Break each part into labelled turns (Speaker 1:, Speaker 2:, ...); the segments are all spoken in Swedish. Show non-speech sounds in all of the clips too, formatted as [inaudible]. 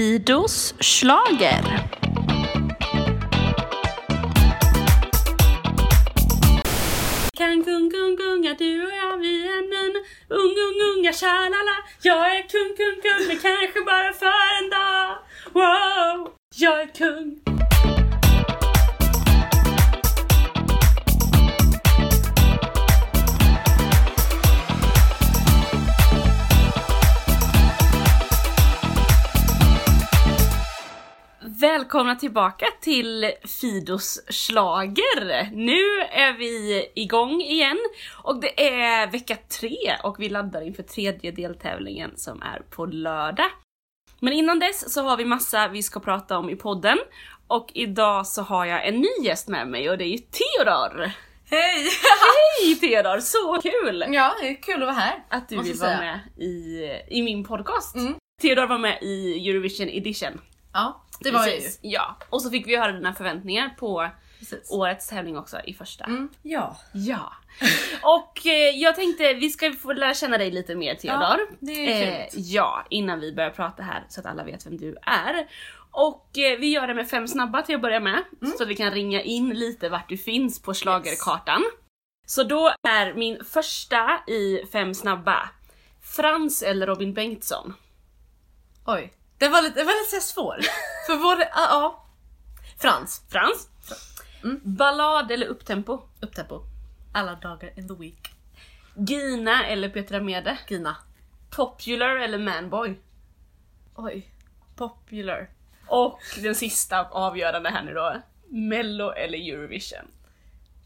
Speaker 1: Fidos schlager. Kan kung, kung, kunga, du och jag, vi är en Ung, ung, unga, tjalala. Jag är kung, kung, kung, men kanske bara för en dag. Wow, jag är kung. Välkomna tillbaka till Fidos slager. Nu är vi igång igen och det är vecka tre och vi laddar inför tredje deltävlingen som är på lördag. Men innan dess så har vi massa vi ska prata om i podden och idag så har jag en ny gäst med mig och det är ju Theodor!
Speaker 2: Hej!
Speaker 1: Hej Theodor! Så kul
Speaker 2: Ja, det är kul att vara här.
Speaker 1: att du
Speaker 2: måste
Speaker 1: vill
Speaker 2: jag
Speaker 1: vara
Speaker 2: säga.
Speaker 1: med i, i min podcast.
Speaker 2: Mm.
Speaker 1: Theodor var med i Eurovision edition.
Speaker 2: Ja, det var jag ju.
Speaker 1: Precis. Ja, och så fick vi höra dina förväntningar på
Speaker 2: Precis.
Speaker 1: årets tävling också i första.
Speaker 2: Mm. Ja.
Speaker 1: Ja. [laughs] Och eh, jag tänkte vi ska få lära känna dig lite mer Theodor. Eh,
Speaker 2: Ja, det är kul.
Speaker 1: ja, innan vi börjar prata här så att alla vet vem du är. Och eh, vi gör det med fem snabba till att börja med.
Speaker 2: Mm.
Speaker 1: Så att vi kan ringa in lite vart du finns på schlagerkartan. Så då är min första i fem snabba. Frans eller Robin Bengtsson?
Speaker 2: Oj. Det var lite, det var lite så här svår. [laughs] För både, ja, ja. Frans.
Speaker 1: Frans. Ballad eller upptempo?
Speaker 2: Upptempo. Alla dagar in the week.
Speaker 1: Gina eller Petra Mede?
Speaker 2: Gina.
Speaker 1: Popular eller Manboy?
Speaker 2: Oj. Popular.
Speaker 1: Och den sista och avgörande här nu då. Mello eller Eurovision?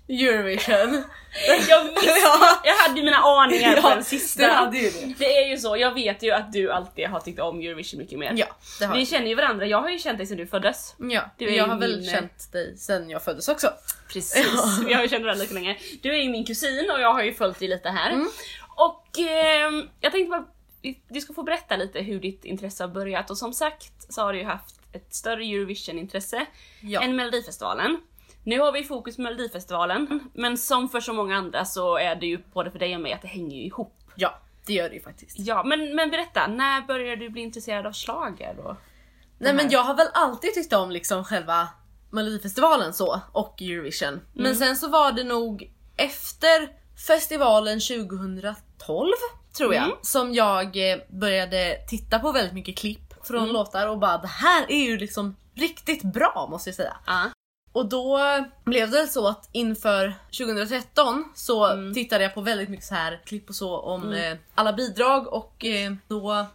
Speaker 2: Eurovision. [laughs]
Speaker 1: Jag, visste,
Speaker 2: Ja.
Speaker 1: jag hade ju mina aningar på
Speaker 2: Ja,
Speaker 1: den sista.
Speaker 2: du hade ju det.
Speaker 1: Det är ju så, jag vet ju att du alltid har tyckt om Eurovision mycket mer.
Speaker 2: Ja, det har
Speaker 1: Vi
Speaker 2: jag.
Speaker 1: känner ju varandra, jag har ju känt dig sedan du föddes.
Speaker 2: Ja,
Speaker 1: Du är
Speaker 2: jag
Speaker 1: ju
Speaker 2: har väl
Speaker 1: min-
Speaker 2: känt dig sen jag föddes också.
Speaker 1: Precis, vi har ju känt varandra lika länge. Du är ju min kusin och jag har ju följt dig lite här.
Speaker 2: Mm.
Speaker 1: Och ehm, jag tänkte bara, vi- du ska få berätta lite hur ditt intresse har börjat och som sagt så har du ju haft ett större Eurovision-intresse
Speaker 2: Ja.
Speaker 1: än Melodifestivalen. Nu har vi fokus på
Speaker 2: Mm.
Speaker 1: Melodifestivalen, men som för så många andra så är det ju både för dig och mig att det hänger ju ihop.
Speaker 2: Ja, det gör det ju faktiskt.
Speaker 1: Ja, men, men berätta, när började du bli intresserad av schlager då?
Speaker 2: Nej men
Speaker 1: här.
Speaker 2: jag har väl alltid tyckt om liksom själva Melodifestivalen så och Eurovision. Men sen så var det nog efter festivalen 2012 tror jag
Speaker 1: Mm.
Speaker 2: som jag eh, började titta på väldigt mycket klipp från låtar och bara det här är ju liksom riktigt bra måste jag säga.
Speaker 1: Ja.
Speaker 2: Och då blev det så att inför 2013 så tittade jag på väldigt mycket så här klipp och så om eh, alla bidrag och eh, då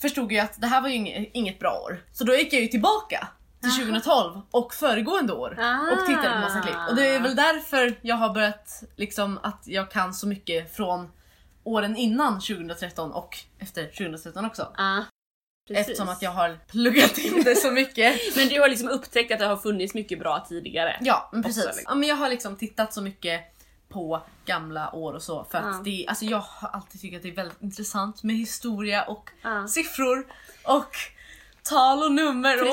Speaker 2: förstod jag att det här var ju inget, inget bra år. Så då gick jag ju tillbaka till 2012 och föregående år och tittade på massa klipp. Och det är väl därför jag har börjat liksom att jag kan så mycket från åren innan 2013 och efter 2013 också.
Speaker 1: Ja, precis.
Speaker 2: Eftersom att jag har pluggat in det så [laughs] mycket.
Speaker 1: Men du har liksom upptäckt att det har funnits mycket bra tidigare.
Speaker 2: Ja, men
Speaker 1: Också,
Speaker 2: precis.
Speaker 1: liksom.
Speaker 2: Ja, men jag har liksom tittat så mycket på gamla år och så för att
Speaker 1: Ja.
Speaker 2: det, alltså jag har alltid tyckt att det är väldigt intressant med historia och
Speaker 1: Ja.
Speaker 2: siffror och tal och nummer och...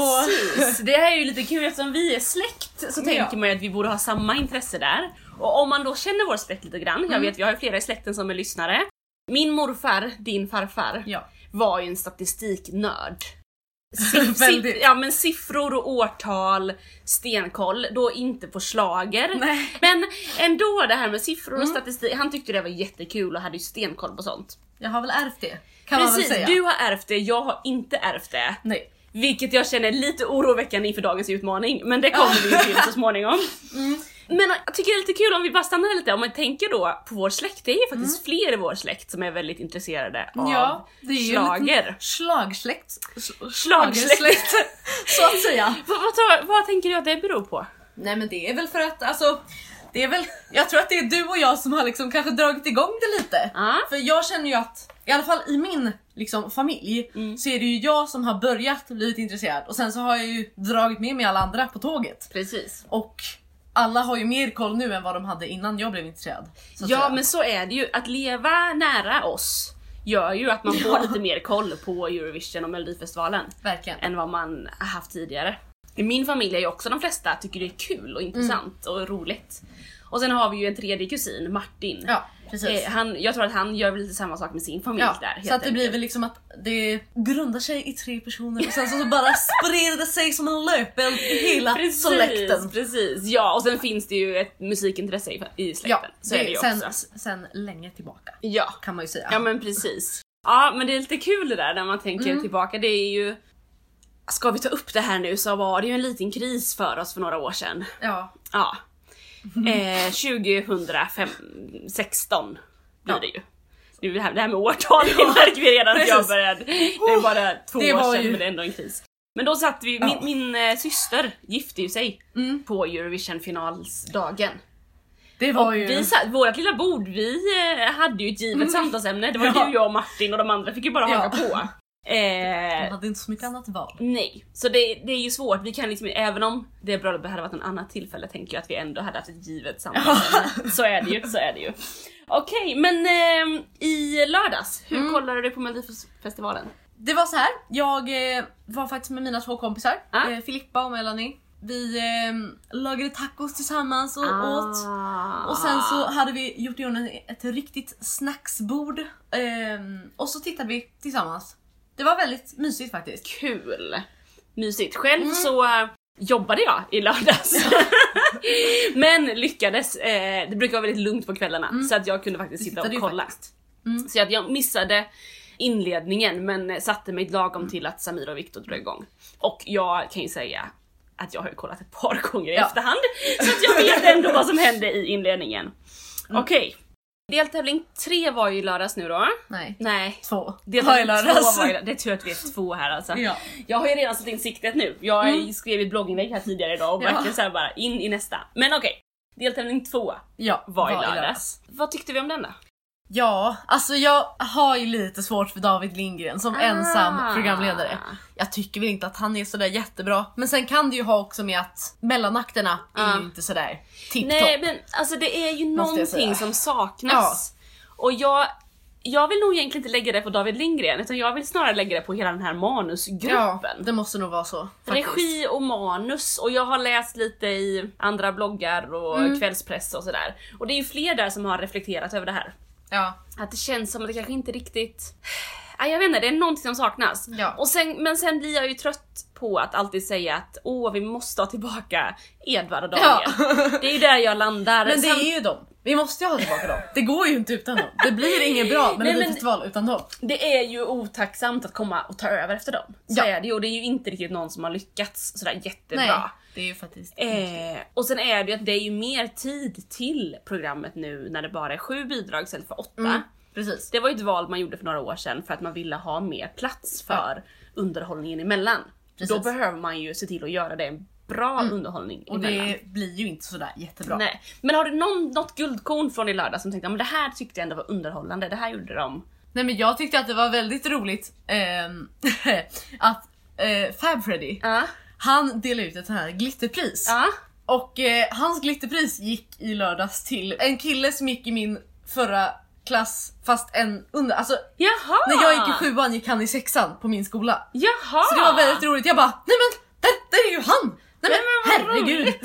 Speaker 1: Precis, det här är ju lite kul eftersom vi är släkt så
Speaker 2: Ja.
Speaker 1: tänker man ju att vi borde ha samma intresse där. Och om man då känner vår släkt lite grann,
Speaker 2: Mm.
Speaker 1: jag vet vi har ju flera i släkten som är lyssnare. Min morfar, din farfar,
Speaker 2: [laughs] Ja.
Speaker 1: var ju
Speaker 2: [laughs]
Speaker 1: en statistiknörd.
Speaker 2: Väldigt.
Speaker 1: Si- ja men siffror och årtal, stenkoll, då inte på slager.
Speaker 2: Nej. Mm.
Speaker 1: Men ändå det här med siffror och statistik, han tyckte det var jättekul och hade ju stenkoll på sånt.
Speaker 2: Jag har väl ärvt det kan man väl
Speaker 1: Precis,
Speaker 2: säga.
Speaker 1: du har ärvt det, jag har inte ärvt det.
Speaker 2: Nej.
Speaker 1: Vilket jag känner är lite oroväckande inför dagens utmaning, men det kommer vi ju till
Speaker 2: [laughs]
Speaker 1: så småningom.
Speaker 2: Mm.
Speaker 1: Men jag tycker det är lite kul om vi bara stannar lite, om man tänker då på vår släkt, det är ju faktiskt fler i vår släkt som är väldigt intresserade av
Speaker 2: Mm. Ja, det är ju en
Speaker 1: schlager.
Speaker 2: liten slagsläkt.
Speaker 1: Schlagersläkt.
Speaker 2: [laughs] så att säga.
Speaker 1: Vad, vad, tar- vad tänker du att det beror på?
Speaker 2: Nej men det är väl för att alltså det är väl, [laughs] jag tror att det är du och jag som har liksom kanske dragit igång det lite.
Speaker 1: Ja.
Speaker 2: För jag känner ju att, i alla fall i min liksom, familj,
Speaker 1: Mm.
Speaker 2: så är det ju jag som har börjat bli lite intresserad och sen så har jag ju dragit med mig alla andra på tåget.
Speaker 1: Precis.
Speaker 2: Och alla har ju mer koll nu än vad de hade innan jag blev intresserad. så att
Speaker 1: Ja
Speaker 2: säga.
Speaker 1: men så är det ju, att leva nära oss gör ju att man får lite mer koll på Eurovision och Melodifestivalen.
Speaker 2: Verkligen.
Speaker 1: än vad man har
Speaker 2: Mm.
Speaker 1: haft tidigare. I min familj är ju också de flesta tycker det är kul och intressant och roligt. Och sen har vi ju en tredje kusin, Martin.
Speaker 2: Ja, precis.
Speaker 1: Eh, han, jag tror att han gör väl lite samma sak med sin familj
Speaker 2: Ja,
Speaker 1: där. helt
Speaker 2: så att det blir
Speaker 1: enkelt.
Speaker 2: väl liksom att det grundar sig i tre personer och sen så, så bara [laughs] spred det sig som en löpeld i hela släkten.
Speaker 1: Precis, ja och sen finns det ju ett musikintresse i, i släkten.
Speaker 2: Ja,
Speaker 1: så är det ju
Speaker 2: sen,
Speaker 1: också.
Speaker 2: sen länge tillbaka
Speaker 1: Ja.
Speaker 2: kan man ju säga.
Speaker 1: ja men precis. Ja men det är lite kul det där när man tänker
Speaker 2: Mm.
Speaker 1: tillbaka. Det är ju Ska vi ta upp det här nu så var det ju en liten kris för oss för några år sedan.
Speaker 2: Ja.
Speaker 1: Ja. Eh, 2016 blir
Speaker 2: Ja.
Speaker 1: det ju. Nu, det, här, det här med årtal det märker vi redan att jag
Speaker 2: precis. Oh,
Speaker 1: började. Det är bara två
Speaker 2: det
Speaker 1: år
Speaker 2: var
Speaker 1: sedan
Speaker 2: ju-
Speaker 1: men det är ändå en kris. Men då satt vi, min,
Speaker 2: Ja.
Speaker 1: min eh, syster gifte ju sig
Speaker 2: Mm.
Speaker 1: på Eurovision-finalsdagen.
Speaker 2: Det var
Speaker 1: Och
Speaker 2: ju... Mm.
Speaker 1: vi satt, vårt lilla bord, vi eh, hade ju ett givet samtalsämne. Det var
Speaker 2: Ja.
Speaker 1: du, jag och Martin och de andra fick ju bara
Speaker 2: Ja.
Speaker 1: haka
Speaker 2: [laughs]
Speaker 1: på.
Speaker 2: Man
Speaker 1: Eh,
Speaker 2: hade inte så mycket annat val.
Speaker 1: Nej, så det, det är ju svårt. Vi kan liksom, även om det bröllopet hade varit en annat tillfälle tänker jag att vi ändå hade haft ett givet samtalsämne. [laughs] så är det ju, så är det ju. Okej, men ehm, i lördags, hur kollade du på Melodifestivalen?
Speaker 2: Det var så här. jag eh, var faktiskt med mina två kompisar,
Speaker 1: Ah.
Speaker 2: eh, Filippa och Melanie. Vi eh, lagade tacos tillsammans och åt.
Speaker 1: Ah.
Speaker 2: Och sen så hade vi gjort i ordning ett riktigt snacksbord. Ehm, och så tittade vi tillsammans. Det var väldigt mysigt faktiskt.
Speaker 1: Kul! Mysigt. Själv
Speaker 2: Mm.
Speaker 1: så eh, jobbade jag
Speaker 2: [laughs]
Speaker 1: i lördags. Men lyckades. Eh, det brukar vara väldigt lugnt på kvällarna så att jag kunde faktiskt sitta
Speaker 2: hittade Mm.
Speaker 1: och
Speaker 2: ju
Speaker 1: kolla.
Speaker 2: Mm.
Speaker 1: Så att jag missade inledningen men eh, satte mig
Speaker 2: Mm.
Speaker 1: lagom till att Samir och Viktor drog igång. Och jag kan ju säga att jag har ju kollat ett par [laughs] gånger i
Speaker 2: Ja.
Speaker 1: efterhand så att jag vet ändå vad som hände i inledningen.
Speaker 2: Mm.
Speaker 1: Okej. Deltävling 3 var ju i lördags nu då.
Speaker 2: Nej.
Speaker 1: Nej.
Speaker 2: Två.
Speaker 1: Det,
Speaker 2: var i lördags.
Speaker 1: Två var i, det är tur att vi är två här alltså.
Speaker 2: Ja.
Speaker 1: Jag har ju redan satt in siktet nu. Jag
Speaker 2: Mm.
Speaker 1: skrev ett blogginlägg här tidigare idag och
Speaker 2: Ja.
Speaker 1: verkligen såhär bara in i nästa. Men okej, deltävling två
Speaker 2: ja,
Speaker 1: var, i lördags. Vad tyckte vi om den då?
Speaker 2: Ja, alltså jag har ju lite svårt för David Lindgren
Speaker 1: Ah.
Speaker 2: som ensam programledare. Jag tycker väl inte att han är sådär jättebra. Men sen kan det ju ha också med att mellanakterna är
Speaker 1: Ja.
Speaker 2: ju inte sådär tipptopp.
Speaker 1: Ah. Nej men alltså det är ju
Speaker 2: Måste jag säga.
Speaker 1: någonting som saknas. Och jag, jag vill nog egentligen inte lägga det på David Lindgren utan jag vill snarare lägga det på hela den här
Speaker 2: Ja,
Speaker 1: manusgruppen.
Speaker 2: det måste nog vara så. faktiskt.
Speaker 1: Regi och manus och jag har läst lite i andra bloggar och
Speaker 2: Mm.
Speaker 1: kvällspress och sådär. Och det är ju fler där som har reflekterat över det här.
Speaker 2: Ja.
Speaker 1: Att det känns som att det kanske inte riktigt... Ah, jag vet inte, det är någonting som saknas.
Speaker 2: Ja.
Speaker 1: Och sen, men sen blir jag ju trött på att alltid säga att åh, vi måste ha tillbaka Edvard och Daniel.
Speaker 2: Ja.
Speaker 1: Det är ju där jag landar.
Speaker 2: Men det
Speaker 1: Sam-
Speaker 2: är ju dem. Vi måste ju ha tillbaka dem. Det går ju inte utan dem. Det blir inget bra
Speaker 1: Nej, men-
Speaker 2: Melodifestival utan dem.
Speaker 1: det är ju otacksamt att komma och ta över efter dem. Så
Speaker 2: Ja.
Speaker 1: är det ju och det är ju inte riktigt någon som har lyckats sådär
Speaker 2: Nej,
Speaker 1: jättebra.
Speaker 2: det är ju faktiskt...
Speaker 1: Eh, och sen är det ju att det är ju mer tid till programmet nu när det bara är sju bidrag istället för åtta.
Speaker 2: Mm, precis.
Speaker 1: Det var ju ett val man gjorde för några år sedan för att man ville ha mer plats för underhållningen emellan.
Speaker 2: Precis. Mm.
Speaker 1: Då behöver man ju se till att göra det en bra underhållning
Speaker 2: Och
Speaker 1: emellan.
Speaker 2: det blir ju inte sådär jättebra.
Speaker 1: Nej. Men har du någon, något guldkorn från i lördag som tänkte men det här tyckte jag ändå var underhållande, det här gjorde de.
Speaker 2: Nej men jag tyckte att det var väldigt roligt ehm, [laughs] att eh, Fab Freddy,
Speaker 1: Ja,
Speaker 2: han delade ut ett sånt här glitterpris.
Speaker 1: ja,
Speaker 2: Och eh, hans glitterpris gick i lördags till en kille som gick i min förra klass fast en under. Alltså
Speaker 1: jaha!
Speaker 2: när jag
Speaker 1: Ah.
Speaker 2: gick i sjuan gick han i sexan på min skola.
Speaker 1: Jaha!
Speaker 2: Så det var väldigt roligt. Jag bara nej men där, där är ju han! Nej men,
Speaker 1: Ah. Nej, men vad
Speaker 2: herregud!
Speaker 1: roligt.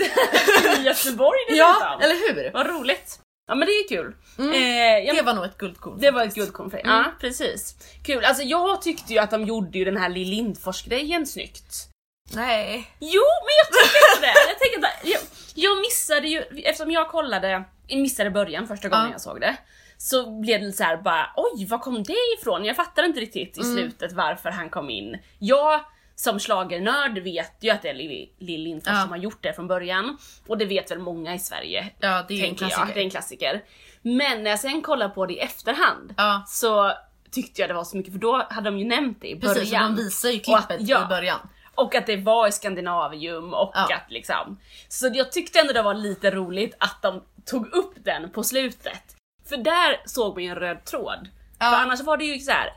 Speaker 1: [laughs] I Göteborg
Speaker 2: [laughs] Ja,
Speaker 1: dessutom!
Speaker 2: eller hur?
Speaker 1: Vad roligt! Ja men det är kul.
Speaker 2: Mm.
Speaker 1: Eh, jag
Speaker 2: Det var nog ett guldkorn.
Speaker 1: Det var ett guldkorn för dig.
Speaker 2: Mm.
Speaker 1: Ja precis. Kul, alltså jag tyckte ju att de gjorde ju den här Lill Lindfors grejen snyggt.
Speaker 2: Nej.
Speaker 1: Jo men jag tycker inte det! Jag, tänker att jag, jag missade ju, eftersom jag kollade, jag missade början första gången
Speaker 2: Ja.
Speaker 1: jag såg det. Så blev det lite så här bara oj var kom det ifrån? Jag fattar inte riktigt
Speaker 2: Mm.
Speaker 1: i slutet varför han kom in. Jag som schlagernörd vet ju att det är Lill Lill Lindfors
Speaker 2: Ja.
Speaker 1: som har gjort det från början. Och det vet väl många i Sverige
Speaker 2: Ja det är ju en
Speaker 1: tänker jag.
Speaker 2: klassiker.
Speaker 1: Det är en klassiker. Men när jag sen kollar på det i efterhand
Speaker 2: Ja.
Speaker 1: så tyckte jag det var så mycket för då hade de ju nämnt det i början.
Speaker 2: Precis, och de visar ju klippet
Speaker 1: Och att- ja.
Speaker 2: i början.
Speaker 1: Och att det var i Skandinavium och
Speaker 2: Ja.
Speaker 1: att liksom. Så jag tyckte ändå det var lite roligt att de tog upp den på slutet. För där såg man ju en röd tråd.
Speaker 2: Ja.
Speaker 1: För annars var det ju så här.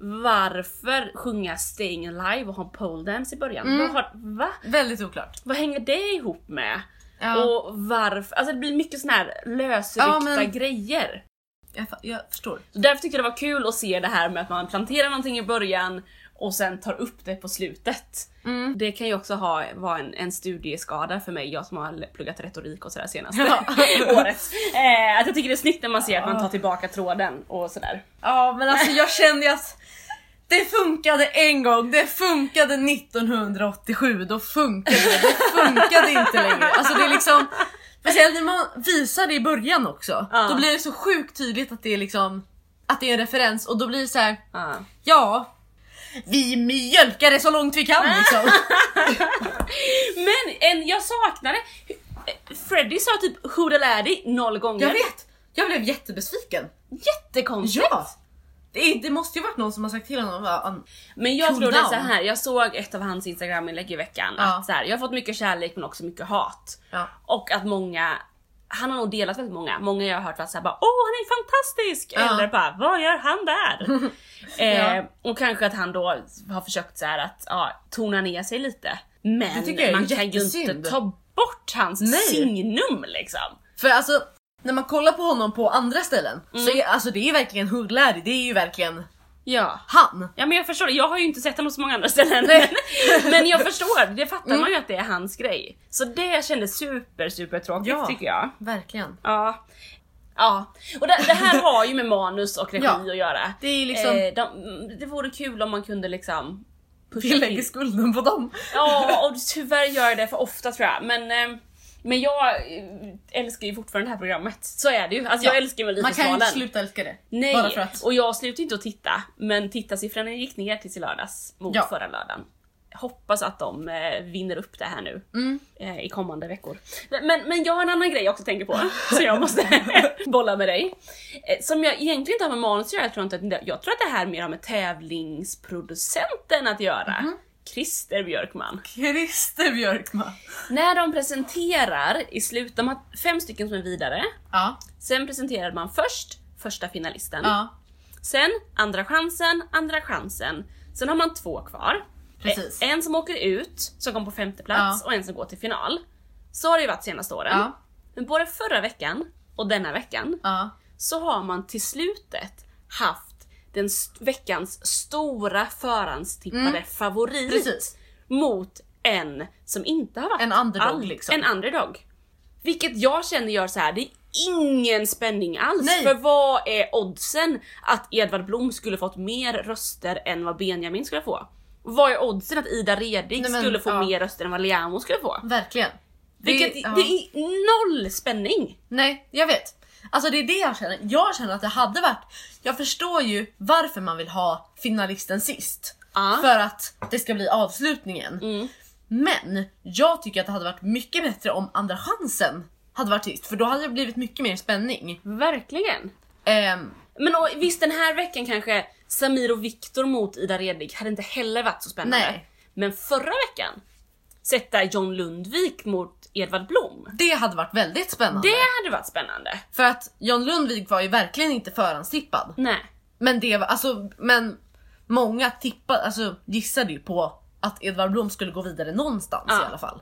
Speaker 1: Varför sjunga Staying Alive och ha pole dance i början?
Speaker 2: Mm.
Speaker 1: Vad, har, va?
Speaker 2: Väldigt oklart.
Speaker 1: Vad hänger det ihop med?
Speaker 2: Ja.
Speaker 1: Och varför? Alltså det blir mycket såna här lösryckta
Speaker 2: Ja, men-
Speaker 1: grejer.
Speaker 2: Jag, fa- jag förstår.
Speaker 1: Så därför tyckte jag det var kul att se det här med att man planterar någonting i början och sen tar upp det på slutet.
Speaker 2: Mm.
Speaker 1: Det kan ju också ha, vara en, en studieskada för mig, jag som har pluggat retorik och sådär senaste
Speaker 2: Ja.
Speaker 1: [laughs] året. Eh, att jag tycker det är snyggt när man ser att man tar tillbaka tråden och sådär.
Speaker 2: Ja men alltså jag kände ju att det funkade en gång, det funkade 1987, då funkade det, det funkade inte längre. Alltså det är liksom, speciellt när man visar det i början också,
Speaker 1: Ja.
Speaker 2: då blir det så sjukt tydligt att det är liksom, att det är en referens och då blir det så här,
Speaker 1: Ja.
Speaker 2: ja, vi mjölkar det så långt vi kan liksom.
Speaker 1: Men en, jag saknade, Freddy sa typ Who the Lady noll gånger.
Speaker 2: Jag vet, jag blev jättebesviken.
Speaker 1: Jättekonstigt!
Speaker 2: Ja! Det, är, det måste ju varit någon som har sagt till honom, va, an-
Speaker 1: Men jag
Speaker 2: Cool
Speaker 1: tror det är
Speaker 2: down.
Speaker 1: så här. jag såg ett av hans instagraminlägg i veckan
Speaker 2: Ja.
Speaker 1: att så här, jag har fått mycket kärlek men också mycket hat.
Speaker 2: Ja.
Speaker 1: Och att många, han har nog delat väldigt många, många jag har hört var såhär bara åh han är fantastisk!
Speaker 2: Ja.
Speaker 1: Eller bara vad gör han
Speaker 2: [laughs]
Speaker 1: där?
Speaker 2: Ja.
Speaker 1: eh, och kanske att han då har försökt så här att ja, tona ner sig lite. Men
Speaker 2: tycker jag är
Speaker 1: man kan ju inte
Speaker 2: jättesynd.
Speaker 1: ta bort hans
Speaker 2: Nej.
Speaker 1: signum liksom.
Speaker 2: För alltså, när man kollar på honom på andra ställen så
Speaker 1: Mm.
Speaker 2: är alltså, det är verkligen Hood Larry, det är ju verkligen
Speaker 1: Ja.
Speaker 2: han.
Speaker 1: Ja men jag förstår, det. jag har ju inte sett honom på så många andra ställen.
Speaker 2: Nej. Mm.
Speaker 1: Men, [laughs] men jag förstår, det fattar man ju att det är hans grej. Så det kändes super super tråkigt
Speaker 2: Ja.
Speaker 1: tycker jag.
Speaker 2: Verkligen.
Speaker 1: Ja. Ja, och det, det här har ju med manus och regi
Speaker 2: Ja.
Speaker 1: att göra.
Speaker 2: Det är ju liksom-
Speaker 1: Eh, de, mm, det vore kul om man kunde liksom... pusha
Speaker 2: Vi lägger
Speaker 1: till.
Speaker 2: skulden på dem.
Speaker 1: Ja, och tyvärr gör jag det för ofta tror jag. Men, eh, men jag eh, älskar ju fortfarande det här programmet. Så är det ju. Alltså jag
Speaker 2: Ja.
Speaker 1: älskar
Speaker 2: Man kan ju
Speaker 1: Melodifestivalen.
Speaker 2: inte sluta älska det.
Speaker 1: Nej,
Speaker 2: Bara för att.
Speaker 1: och jag slutade inte att titta, men tittarsiffrorna gick ner tills i lördags mot
Speaker 2: Ja.
Speaker 1: förra lördagen. Hoppas att de eh, vinner upp det här nu
Speaker 2: Mm.
Speaker 1: eh, i kommande veckor. Men, men- men jag har en annan grej jag också tänker på, [laughs] så jag måste [laughs] bolla med dig. Eh, som jag egentligen inte har med manus att göra, jag tror, inte att, jag tror att det här mer har med tävlingsproducenten att göra.
Speaker 2: Mhm.
Speaker 1: Christer Björkman.
Speaker 2: Christer Björkman.
Speaker 1: När de presenterar i slutet, de har fem stycken som är vidare.
Speaker 2: Ja.
Speaker 1: Sen presenterar man först första finalisten.
Speaker 2: ja.
Speaker 1: Sen andra chansen, andra chansen. Sen har man två kvar.
Speaker 2: Precis.
Speaker 1: Eh, En som åker ut, som kom på femte plats och en som går till final. Så har det ju varit senaste åren.
Speaker 2: Ja.
Speaker 1: Men både förra veckan och denna veckan
Speaker 2: Ja.
Speaker 1: så har man till slutet haft den st- veckans stora förhandstippade favorit
Speaker 2: Mm. Precis.
Speaker 1: mot en som inte har varit
Speaker 2: En underdog,
Speaker 1: all-
Speaker 2: liksom.
Speaker 1: En underdog. Vilket jag känner gör så här. det är ingen spänning alls.
Speaker 2: Nej.
Speaker 1: För vad är oddsen att Edvard Blom skulle fått mer röster än vad Benjamin skulle få? Vad är oddsen att Ida Redig
Speaker 2: Nej, men,
Speaker 1: skulle få
Speaker 2: ja.
Speaker 1: mer röster än vad Liamo skulle få?
Speaker 2: Verkligen. Det-
Speaker 1: Vilket, det,
Speaker 2: ja.
Speaker 1: är noll spänning!
Speaker 2: Nej, jag vet. Alltså det är det jag känner. Jag känner att det hade varit... Jag förstår ju varför man vill ha finalisten sist.
Speaker 1: Ja. Mm.
Speaker 2: För att det ska bli avslutningen. Men jag tycker att det hade varit mycket bättre om andra chansen hade varit sist. För då hade det blivit mycket mer spänning.
Speaker 1: Verkligen!
Speaker 2: Ehm,
Speaker 1: Men och, visst den här veckan kanske Samir och Viktor mot Ida Redig hade inte heller varit så spännande.
Speaker 2: Nej.
Speaker 1: Men förra veckan, sätta John Lundvik mot Edvard Blom.
Speaker 2: det hade varit väldigt spännande.
Speaker 1: Det hade varit spännande.
Speaker 2: För att John Lundvik var ju verkligen inte förhandstippad.
Speaker 1: Nej.
Speaker 2: Men det var, alltså, men många tippade, alltså gissade ju på att Edvard Blom skulle gå vidare någonstans
Speaker 1: Ja.
Speaker 2: i alla fall.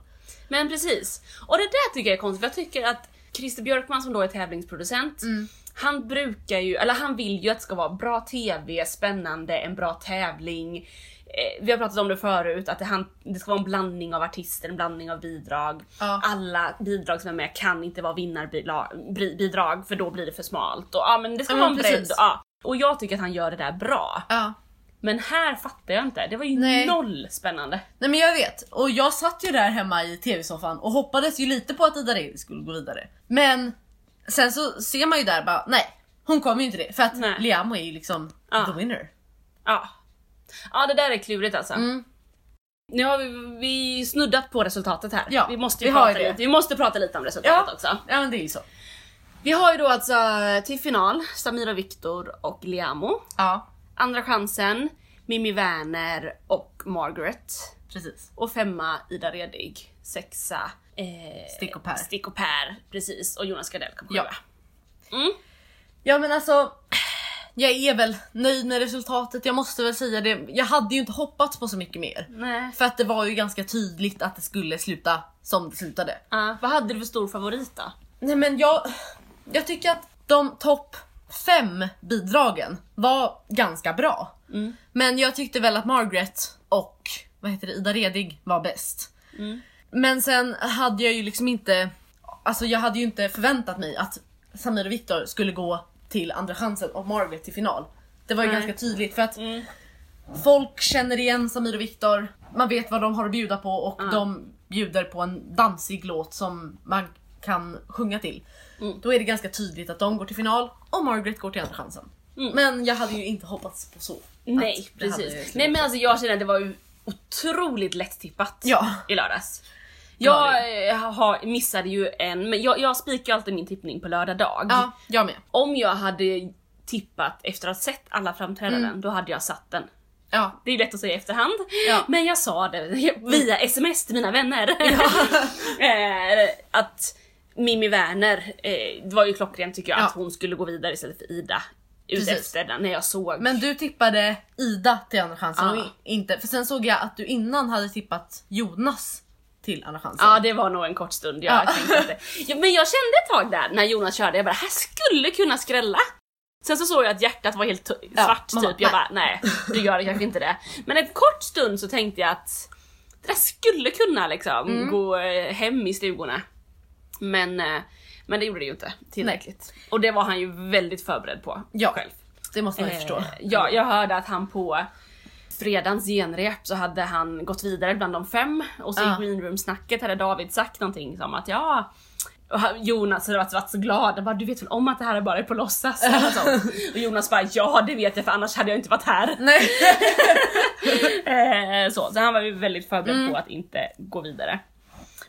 Speaker 1: Men precis. Och det där tycker jag är konstigt för jag tycker att Christer Björkman som då är tävlingsproducent,
Speaker 2: Mm.
Speaker 1: han brukar ju, eller han vill ju att det ska vara bra TV, spännande, en bra tävling. Eh, Vi har pratat om det förut, att det, han, det ska vara en blandning av artister, en blandning av bidrag.
Speaker 2: Ja.
Speaker 1: Alla bidrag som är med kan inte vara vinnarbidrag för då blir det för smalt. Och, ja, men det ska
Speaker 2: Ja,
Speaker 1: vara
Speaker 2: men
Speaker 1: en bredd.
Speaker 2: precis.
Speaker 1: Ja. Och jag tycker att han gör det där bra.
Speaker 2: Ja.
Speaker 1: Men här fattar jag inte, det var ju
Speaker 2: Nej.
Speaker 1: noll spännande.
Speaker 2: Nej men jag vet, och jag satt ju där hemma i tv-soffan och hoppades ju lite på att Ida Redig skulle gå vidare. Men sen så ser man ju där bara, nej hon kommer ju inte det. För att
Speaker 1: Nej.
Speaker 2: Liamo är ju liksom
Speaker 1: Ja.
Speaker 2: the winner.
Speaker 1: Ja. Ja det där är klurigt alltså.
Speaker 2: Mm.
Speaker 1: Nu har vi, vi snuddat på resultatet här.
Speaker 2: Ja,
Speaker 1: vi, måste ju
Speaker 2: vi har
Speaker 1: prata
Speaker 2: ju det.
Speaker 1: lite, vi måste prata lite om resultatet
Speaker 2: Ja.
Speaker 1: också.
Speaker 2: Ja men det är ju så.
Speaker 1: Vi har ju då alltså till final Samira Viktor och Liamo.
Speaker 2: Ja,
Speaker 1: Andra chansen Mimmi Werner och Margaret.
Speaker 2: precis.
Speaker 1: Och femma Ida Redig. Sexa eh,
Speaker 2: Stick och Per.
Speaker 1: Stick och Per, precis. Och Jonas Gardell kom
Speaker 2: Ja.
Speaker 1: sjua. Mm.
Speaker 2: Ja men alltså, jag är väl nöjd med resultatet, jag måste väl säga det. Jag hade ju inte hoppats på så mycket mer.
Speaker 1: Nej.
Speaker 2: För att det var ju ganska tydligt att det skulle sluta som det slutade.
Speaker 1: Ja, vad hade du för stor favorit då?
Speaker 2: Nej men jag, jag tycker att de topp fem bidragen var ganska bra.
Speaker 1: Mm.
Speaker 2: Men jag tyckte väl att Margaret och vad heter det, Ida Redig var bäst.
Speaker 1: Mm.
Speaker 2: Men sen hade jag ju liksom inte, alltså jag hade ju inte förväntat mig att Samir och Viktor skulle gå till andra chansen och Margaret till final. Det var ju
Speaker 1: Nej.
Speaker 2: ganska tydligt för att
Speaker 1: Mm.
Speaker 2: folk känner igen Samir och Viktor, man vet vad de har att bjuda på och
Speaker 1: Ja.
Speaker 2: de bjuder på en dansig låt som man kan sjunga till.
Speaker 1: Mm.
Speaker 2: Då är det ganska tydligt att de går till final och Margaret går till andra chansen.
Speaker 1: Mm.
Speaker 2: Men jag hade ju inte hoppats på så.
Speaker 1: Nej
Speaker 2: Att det hade
Speaker 1: precis.
Speaker 2: kunnat
Speaker 1: Nej men alltså jag känner att det var ju otroligt lättippat
Speaker 2: Ja.
Speaker 1: i lördags.
Speaker 2: Ja,
Speaker 1: Jag eh, har, missade ju en, men jag, jag spikar ju alltid min tippning på lördag dag.
Speaker 2: Ja, jag med.
Speaker 1: Om jag hade tippat efter att ha sett alla framträdanden,
Speaker 2: Mm.
Speaker 1: då hade jag satt den.
Speaker 2: Ja.
Speaker 1: Det är ju lätt att säga i efterhand,
Speaker 2: Ja.
Speaker 1: men jag sa det [laughs] via sms till mina vänner. [laughs] Eh, att Mimmi Werner, eh, det var ju klockrent tycker jag,
Speaker 2: Ja.
Speaker 1: att hon skulle gå vidare istället för Ida. Ut
Speaker 2: Precis.
Speaker 1: efter den när jag såg.
Speaker 2: Men du tippade Ida till Andra chansen
Speaker 1: Ja.
Speaker 2: och inte, för sen såg jag att du innan hade tippat Jonas till Andra chansen.
Speaker 1: Ja det var nog en kort stund jag
Speaker 2: liksom. Ja.
Speaker 1: tänkte inte. Ja, men jag kände ett tag där när Jonas körde, jag bara här skulle kunna skrälla. Sen så såg jag att hjärtat var helt t-
Speaker 2: Ja,
Speaker 1: svart
Speaker 2: man bara,
Speaker 1: typ, jag bara nej du gör det kanske inte det. Men en kort stund så tänkte jag att det där skulle kunna liksom
Speaker 2: Mm.
Speaker 1: gå eh, hem i stugorna. Men, eh, men det gjorde det ju inte tillräckligt. Och det var han ju väldigt förberedd på
Speaker 2: Ja,
Speaker 1: själv.
Speaker 2: Det måste man ju
Speaker 1: Eh,
Speaker 2: förstå.
Speaker 1: Ja, jag hörde att han på fredagens genrep så hade han gått vidare bland de fem och så
Speaker 2: Ja.
Speaker 1: i greenroom-snacket hade David sagt någonting som att ja och han- Jonas hade varit- varit så glad, Han bara, du vet väl om att det här är bara på låtsas? [laughs] eller så. och Jonas bara ja det vet jag för annars hade jag inte varit här. [laughs]
Speaker 2: Nej.
Speaker 1: Eh, så, så han var ju väldigt förberedd
Speaker 2: Mm.
Speaker 1: på att inte gå vidare.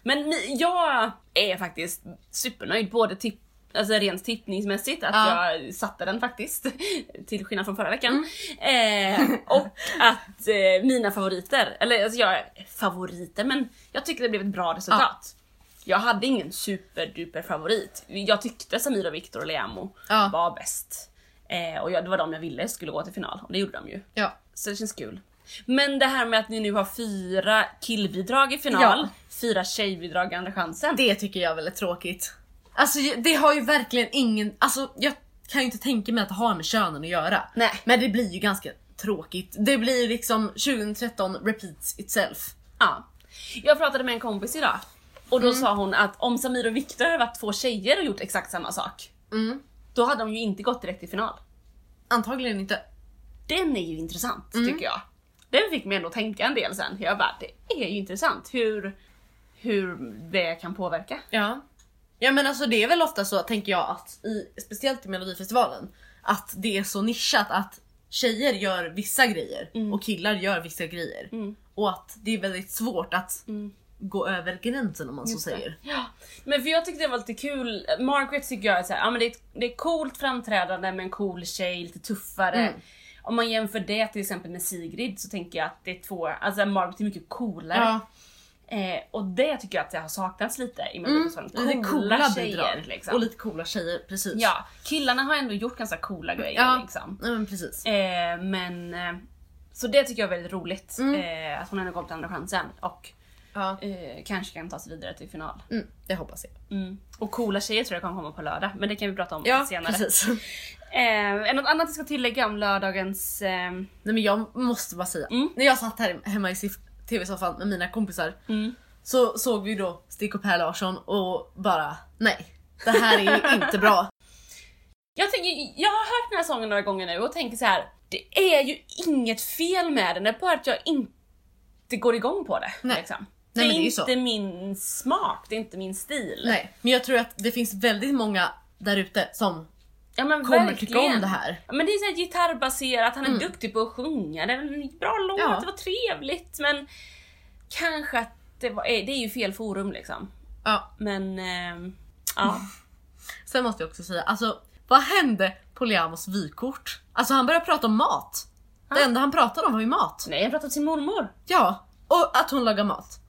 Speaker 1: Men ni- jag är faktiskt supernöjd både tipp, alltså rent tippningsmässigt att
Speaker 2: Ja.
Speaker 1: jag satte den faktiskt [laughs] till skillnad från förra veckan.
Speaker 2: Mm.
Speaker 1: Eh,
Speaker 2: [laughs]
Speaker 1: och att eh, mina favoriter, eller alltså jag är favoriter men jag tycker det blev ett bra resultat. Jag hade ingen superduper favorit. Jag tyckte Samir och Viktor och Leamo
Speaker 2: Ja.
Speaker 1: var bäst. Eh, och jag, det var de jag ville skulle gå till final och det gjorde de ju.
Speaker 2: Ja.
Speaker 1: Så det känns kul. Men det här med att ni nu har fyra killbidrag i final,
Speaker 2: Ja.
Speaker 1: fyra tjejbidrag i Andra chansen.
Speaker 2: Det tycker jag är väldigt tråkigt. Alltså ju- det har ju verkligen ingen, alltså jag kan ju inte tänka mig att det har med könen att göra.
Speaker 1: Nej.
Speaker 2: Men det blir ju ganska tråkigt. Det blir liksom 2013 repeats itself.
Speaker 1: Ja. Jag pratade med en kompis idag och
Speaker 2: Mm.
Speaker 1: då sa hon att om Samir och Viktor hade varit två tjejer och gjort exakt samma sak,
Speaker 2: Mm.
Speaker 1: då hade de ju inte gått direkt till final.
Speaker 2: Antagligen inte.
Speaker 1: Den är ju intressant
Speaker 2: Mm.
Speaker 1: tycker jag. Den fick mig ändå att tänka en del sen. Jag bara, det är ju intressant hur, hur det kan påverka.
Speaker 2: Ja. Ja men alltså det är väl ofta så tänker jag att i, speciellt i melodifestivalen att det är så nischat att tjejer gör vissa grejer
Speaker 1: Mm.
Speaker 2: och killar gör vissa grejer. Och att det är väldigt svårt att
Speaker 1: Mm.
Speaker 2: gå över gränsen om man så säger.
Speaker 1: Ja, men för jag tyckte det var lite kul. Margaret tycker jag är såhär, ja men det är, ett, det är ett coolt framträdande med en cool tjej, lite tuffare.
Speaker 2: Mm.
Speaker 1: Om man jämför det till exempel med Sigrid så tänker jag att det är två, alltså Margaret är mycket coolare.
Speaker 2: Ja.
Speaker 1: Eh, och det tycker jag att det har saknats lite i
Speaker 2: Mm.
Speaker 1: Melodifestivalen.
Speaker 2: Lite
Speaker 1: Mm. Coola, tjejer liksom.
Speaker 2: Och lite coola tjejer, precis.
Speaker 1: Ja, killarna har ändå gjort ganska coola grejer
Speaker 2: ja.
Speaker 1: liksom.
Speaker 2: Nej, men precis.
Speaker 1: Eh, men eh, så det tycker jag är väldigt roligt.
Speaker 2: Mm.
Speaker 1: Eh, att hon ändå kom till andra chansen och
Speaker 2: Ja.
Speaker 1: eh, kanske kan ta sig vidare till final.
Speaker 2: Mm, det hoppas jag.
Speaker 1: Mm. Och coola tjejer tror jag kommer komma på lördag, men det kan vi prata om senare.
Speaker 2: precis. [laughs]
Speaker 1: Eh, är något annat jag ska tillägga om lördagens... ehm,
Speaker 2: Nej men jag måste bara säga,
Speaker 1: Mm.
Speaker 2: när jag satt här hemma i sif- tv-soffan med mina kompisar
Speaker 1: Mm.
Speaker 2: så såg vi då Stig och Per Larsson och bara nej, det här är ju inte bra.
Speaker 1: jag, tänker, jag har hört den här sången några gånger nu och tänker så här. det är ju inget fel med den, det är bara att jag inte går igång på det.
Speaker 2: Nej.
Speaker 1: Liksom.
Speaker 2: Nej, men
Speaker 1: det
Speaker 2: det är
Speaker 1: är
Speaker 2: ju
Speaker 1: inte
Speaker 2: så.
Speaker 1: min smak, det är inte min stil.
Speaker 2: Nej, men jag tror att det finns väldigt många där ute som
Speaker 1: Ja, men
Speaker 2: kommer
Speaker 1: verkligen.
Speaker 2: tycka om det här. Mm.
Speaker 1: Ja, Men det är så här gitarrbaserat, han är duktig på att sjunga, det är en bra låt,
Speaker 2: Ja.
Speaker 1: det var trevligt men kanske att det, var, eh, det är ju fel forum liksom.
Speaker 2: Ja.
Speaker 1: Men ehm, ja.
Speaker 2: Sen måste jag också säga, alltså vad hände på Leamos vykort? Alltså han började prata om mat. Det enda han pratade om var ju mat.
Speaker 1: [laughs] Nej, jag pratade till sin mormor.
Speaker 2: Ja, och att hon lagar mat.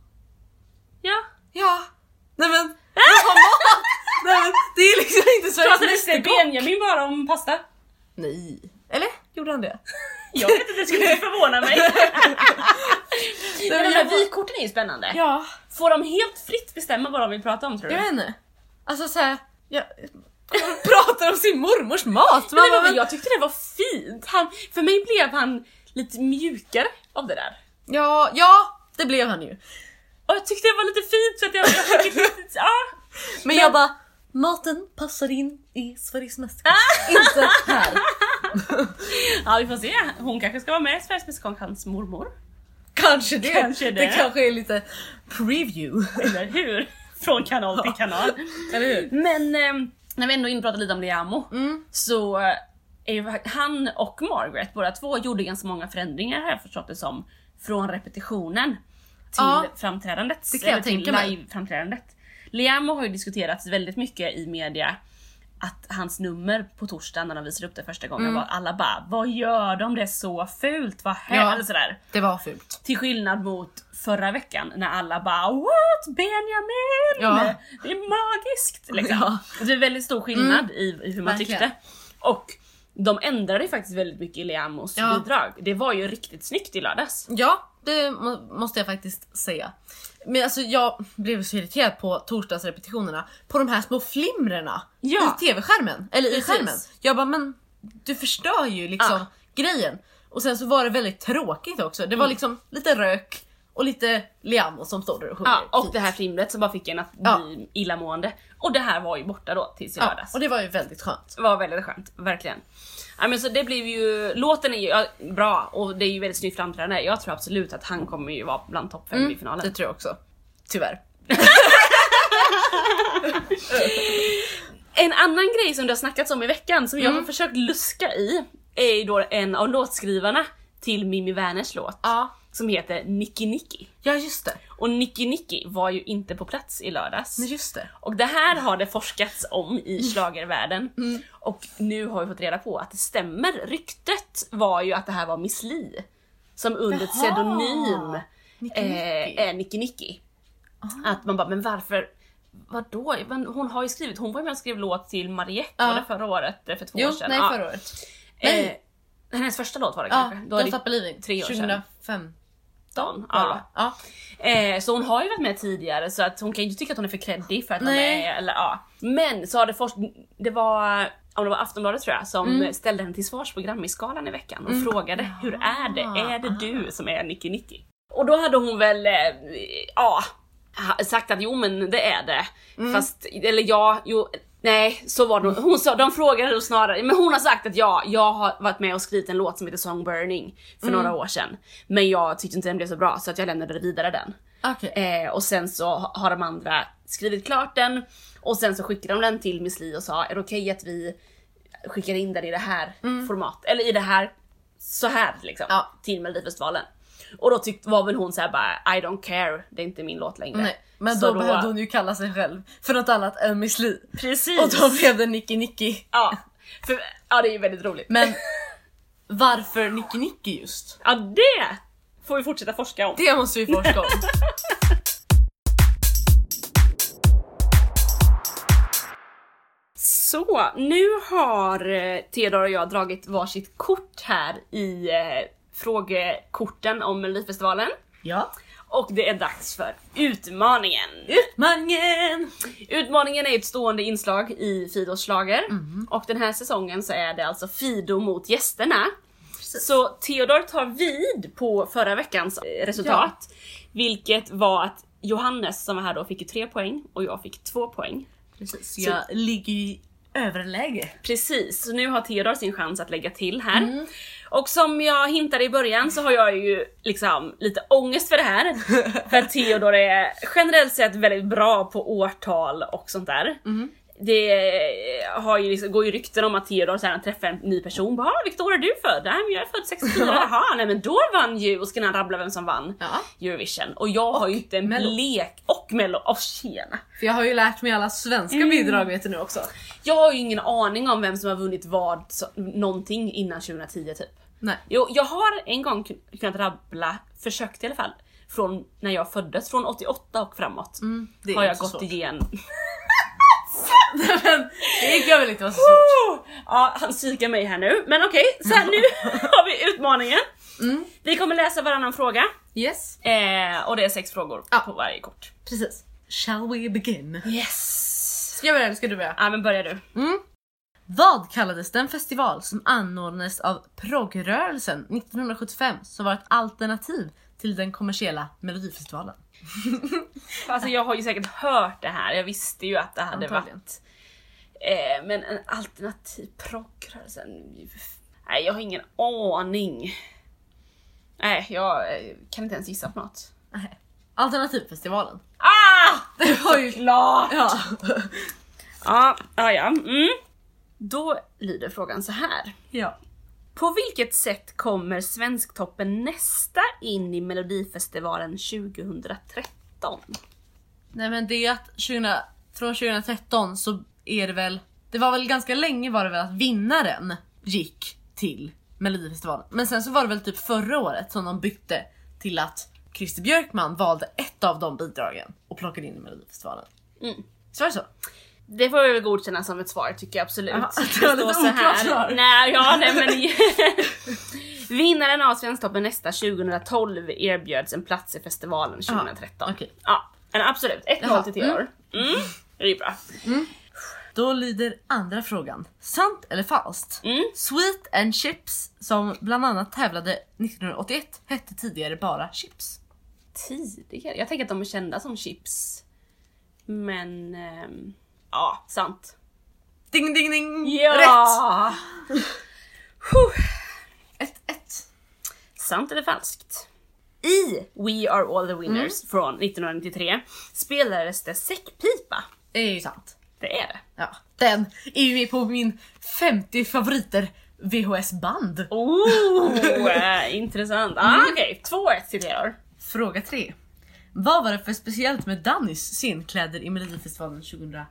Speaker 1: Ja.
Speaker 2: Ja. Nej men, jag har mat! Nej men, det är liksom inte Sveriges
Speaker 1: Pratade inte
Speaker 2: mästerkock.
Speaker 1: Benjamin bara om pasta?
Speaker 2: Nej. Eller? Gjorde han det?
Speaker 1: Jag vet inte, det skulle inte förvåna [laughs] mig.
Speaker 2: men
Speaker 1: men de
Speaker 2: jag
Speaker 1: här
Speaker 2: var-
Speaker 1: vykorten är ju spännande.
Speaker 2: Ja.
Speaker 1: Får de helt fritt bestämma vad de vill prata om tror
Speaker 2: Jag
Speaker 1: du?
Speaker 2: vet inte. Alltså såhär, jag, [laughs] pratar om sin mormors mat.
Speaker 1: Nej,
Speaker 2: Man
Speaker 1: men,
Speaker 2: bara,
Speaker 1: jag tyckte det var fint. Han, för mig blev han lite mjukare av det där.
Speaker 2: Ja, ja, det blev han ju.
Speaker 1: Och jag tyckte det var lite fint för att jag, jag fick ett litet... Ah.
Speaker 2: Men jag bara, maten passar in i Sveriges Mästerkock. [laughs]
Speaker 1: Ah!
Speaker 2: Inte här.
Speaker 1: Ja vi får se, hon kanske ska vara med i Sveriges Mästerkock, hans mormor. [laughs]
Speaker 2: Kanske det.
Speaker 1: Kanske
Speaker 2: det
Speaker 1: det.
Speaker 2: kanske är lite preview.
Speaker 1: Eller hur? Från kanal till kanal.
Speaker 2: Eller hur?
Speaker 1: Men ehm, när vi ändå inpratar lite om Liamo
Speaker 2: Mm.
Speaker 1: så eh, är ju han och Margaret båda två gjorde ganska många förändringar har jag förstått det som. Från repetitionen till
Speaker 2: Ja,
Speaker 1: framträdandet.
Speaker 2: det kan jag
Speaker 1: eller till
Speaker 2: tänka mig.
Speaker 1: live-framträdandet. Liamo har ju diskuterats väldigt mycket i media att hans nummer på torsdagen när de visade upp det första gången
Speaker 2: Mm.
Speaker 1: var alla bara Vad gör de? Det är så fult, vad
Speaker 2: Ja.
Speaker 1: händer? sådär.
Speaker 2: Det var fult.
Speaker 1: Till skillnad mot förra veckan när alla bara What Benjamin!
Speaker 2: Ja.
Speaker 1: Det är magiskt! Liksom.
Speaker 2: Ja. Mm.
Speaker 1: Det är väldigt stor skillnad i, i hur man
Speaker 2: Verkligen.
Speaker 1: tyckte. Och de ändrade ju faktiskt väldigt mycket i Leamos
Speaker 2: Ja.
Speaker 1: bidrag. Det var ju riktigt snyggt i lördags.
Speaker 2: Ja, det må- måste jag faktiskt säga. Men alltså jag blev så irriterad på torsdagsrepetitionerna. På de här små flimrena
Speaker 1: Ja.
Speaker 2: i tv-skärmen. Eller
Speaker 1: Precis.
Speaker 2: i skärmen. Jag bara, men du förstör ju liksom
Speaker 1: Ah.
Speaker 2: grejen. Och sen så var det väldigt tråkigt också.
Speaker 1: Mm.
Speaker 2: Det var liksom lite rök och lite Liamo som står där och sjunger.
Speaker 1: Ja, Ah, och
Speaker 2: typ.
Speaker 1: det här flimret som bara fick en att
Speaker 2: Ja.
Speaker 1: bli illamående. Och det här var ju borta då tills i
Speaker 2: ja,
Speaker 1: lördags.
Speaker 2: och det var ju väldigt skönt.
Speaker 1: Det var väldigt skönt, verkligen. Ja, men så det blev ju, låten är ju ja, bra och det är ju väldigt snyggt framträdande. Jag tror absolut att han kommer ju vara bland topp fem Mm. i finalen.
Speaker 2: Det tror jag också. Tyvärr.
Speaker 1: En annan grej som det har snackats om i veckan som
Speaker 2: Mm.
Speaker 1: jag har försökt luska i är ju då en av låtskrivarna till Mimi Werners låt
Speaker 2: Ja.
Speaker 1: som heter Nicky Nicky.
Speaker 2: Ja just det.
Speaker 1: Och Nicky Nicky var ju inte på plats i lördags.
Speaker 2: Nej, Mm. just det.
Speaker 1: Och det här har det forskats om i schlagervärlden.
Speaker 2: Mm.
Speaker 1: Och nu har vi fått reda på att det stämmer. Ryktet var ju att det här var Miss Li som under ett
Speaker 2: Jaha.
Speaker 1: pseudonym
Speaker 2: Nicky Ah. Nicky.
Speaker 1: eh, är Nicky Nicky. Att man bara, men varför? Vadå? Men hon har ju skrivit, hon var ju med och skrev låt till Mariette
Speaker 2: Ja.
Speaker 1: var det förra året, eller för två år
Speaker 2: Jo,
Speaker 1: sedan. Ah.
Speaker 2: nej
Speaker 1: Ja.
Speaker 2: förra året.
Speaker 1: Eh, hennes första låt var det
Speaker 2: Ja,
Speaker 1: kanske? Då är
Speaker 2: Don't
Speaker 1: det
Speaker 2: Stop Believing.
Speaker 1: tre år sedan. Ah.
Speaker 2: 2015
Speaker 1: Dan,
Speaker 2: var det
Speaker 1: ja.
Speaker 2: va? ja.
Speaker 1: Eh, så hon har ju varit med tidigare så att hon kan ju inte tycka att hon är för kreddig för att hon
Speaker 2: Nej.
Speaker 1: är eller, ja. Men så har det forsk... Det var, om det var Aftonbladet tror jag, som
Speaker 2: Mm.
Speaker 1: ställde henne till svars på Grammyskalan i veckan och frågade hur är det? Är det du som är Nicky Nicky? Och då hade hon väl, eh, ja, ha- sagt att jo men det är det. Fast, eller ja, jo, nej så var det nog. Hon sa, de frågade då snarare, men hon har sagt att ja, jag har varit med och skrivit en låt som heter Song Burning för några år sedan. Men jag tyckte inte den blev så bra så att jag lämnade vidare den.
Speaker 2: Okej.
Speaker 1: Eh, och sen så ha- har de andra skrivit klart den och sen så skickade de den till Miss Li och sa är det okej att vi skickar in den i det här format eller i det här så här liksom
Speaker 2: Mm. Ja.
Speaker 1: till Melodifestivalen. Och då tyckte, var väl hon såhär bara I don't care, det är inte min låt längre.
Speaker 2: Nej, Eh, men
Speaker 1: Så
Speaker 2: då, behövde hon ju kalla sig själv för något annat än Miss Li.
Speaker 1: Precis!
Speaker 2: Och då blev det Nicky Nicky.
Speaker 1: ja. För, ja det är ju väldigt roligt.
Speaker 2: [laughs] Men varför Nicky Nicky just?
Speaker 1: Ja det får vi fortsätta forska om.
Speaker 2: Det måste vi forska om.
Speaker 1: Så, nu har eh, Theodor och jag dragit varsitt kort här i eh, frågekorten om Melodifestivalen.
Speaker 2: [laughs] ja.
Speaker 1: Och det är dags för utmaningen!
Speaker 2: Utmaningen!
Speaker 1: Utmaningen är ett stående inslag i Fidos schlager. Och den här säsongen så är det alltså Fido mot gästerna. Så Theodor tar vid på förra veckans eh, resultat. Vilket var att Johannes som var här då fick ju tre poäng och jag fick två poäng.
Speaker 2: Precis, så jag ligger ju i överläge.
Speaker 1: Precis, så nu har Theodor sin chans att lägga till här.
Speaker 2: Mm.
Speaker 1: Och som jag hintade i början så har jag ju liksom lite ångest för
Speaker 2: [laughs]
Speaker 1: det här. för att Theodor är generellt sett väldigt bra på årtal och sånt där.
Speaker 2: Mm.
Speaker 1: Det har ju liksom, går ju rykten om att Theodor så här, han träffar en ny person. Bara, "Ah, vilket år är du född? Nej men jag är född 64. Jaha, nej men då vann ju... Och så kan han rabbla vem som vann
Speaker 2: Ja.
Speaker 1: Eurovision. Och jag har ju inte en
Speaker 2: Mello.
Speaker 1: blek... Och Mello. Åh tjena!
Speaker 2: För jag har ju lärt mig alla svenska bidrag vet du nu också.
Speaker 1: Jag har ju ingen aning om vem som har vunnit vad, så, någonting innan 2010 typ.
Speaker 2: Nej.
Speaker 1: Jo, jag har en gång kun- kunnat rabbla, försökt i alla fall, från när jag föddes, från 88 och framåt.
Speaker 2: Mm. det är
Speaker 1: har jag
Speaker 2: inte så
Speaker 1: gått
Speaker 2: svårt.
Speaker 1: igenom.
Speaker 2: Men [laughs] det kan väl inte vara så svårt.
Speaker 1: Ja, han psykar mig här nu, men okej, så
Speaker 2: [laughs]
Speaker 1: här, nu har vi utmaningen.
Speaker 2: Mm.
Speaker 1: Vi kommer läsa varannan fråga
Speaker 2: Yes.
Speaker 1: eh, och det är sex frågor
Speaker 2: Ja.
Speaker 1: på varje kort.
Speaker 2: Precis. Shall we begin?
Speaker 1: Yes!
Speaker 2: Ska jag börja eller ska du börja?
Speaker 1: Ja men börja du.
Speaker 2: Mm. Vad kallades den festival som anordnades av proggrörelsen 1975 som var ett alternativ till den kommersiella melodifestivalen?
Speaker 1: Alltså jag har ju säkert hört det här, jag visste ju att det hade
Speaker 2: Antagligen.
Speaker 1: varit. Eh, men en alternativ proggrörelse? Nej jag har ingen aning. Nej jag eh, kan inte ens gissa på något.
Speaker 2: Nej. Alternativfestivalen.
Speaker 1: Ah!
Speaker 2: [laughs] Det var ju...
Speaker 1: Klart!
Speaker 2: Ja.
Speaker 1: Ja, ja, ja. Mm. Då lyder frågan så här.
Speaker 2: [laughs] ja.
Speaker 1: På vilket sätt kommer Svensktoppen nästa in i Melodifestivalen 2013?
Speaker 2: Nej men det är att 2000, från 2013 så är det väl, det var väl ganska länge var det väl att vinnaren gick till Melodifestivalen. Men sen så var det väl typ förra året som de bytte till att Christer Björkman valde ett av de bidragen och plockade in i Melodifestivalen.
Speaker 1: Mm.
Speaker 2: Så var det så?
Speaker 1: Det får vi väl godkänna som ett svar tycker jag absolut.
Speaker 2: Jaha, [laughs] det var lite
Speaker 1: står så här.
Speaker 2: oklart svar.
Speaker 1: Nej, ja, nej, men...
Speaker 2: [laughs]
Speaker 1: Vinnaren av Svensktoppen nästa 2012 erbjöds en plats i festivalen 2013.
Speaker 2: okej.
Speaker 1: Ja, men absolut.
Speaker 2: Jaha,
Speaker 1: 1-0 till Theodor. Mm. Det är bra.
Speaker 2: Då lyder andra frågan. Sant eller falskt?
Speaker 1: Mm.
Speaker 2: Sweet and Chips som bland annat tävlade 1981 hette tidigare bara Chips.
Speaker 1: tidigare. Jag tänker att de är kända som chips. Men... ehm, ja, sant.
Speaker 2: Ding ding ding! Rätt!
Speaker 1: Ja! Huh.
Speaker 2: 1-1.
Speaker 1: Sant eller falskt? I We Are All The Winners
Speaker 2: Mm.
Speaker 1: från 1993 spelades det säckpipa.
Speaker 2: Det är ju sant.
Speaker 1: Det är det.
Speaker 2: Ja, den är ju med på min 50 favoriter VHS-band. [laughs]
Speaker 1: Oh, eh, intressant. Ah,
Speaker 2: Mm.
Speaker 1: Okej, 2-1 till Theodor.
Speaker 2: Fråga 3. Vad var det för speciellt med Dannys scenkläder i Melodifestivalen 2012?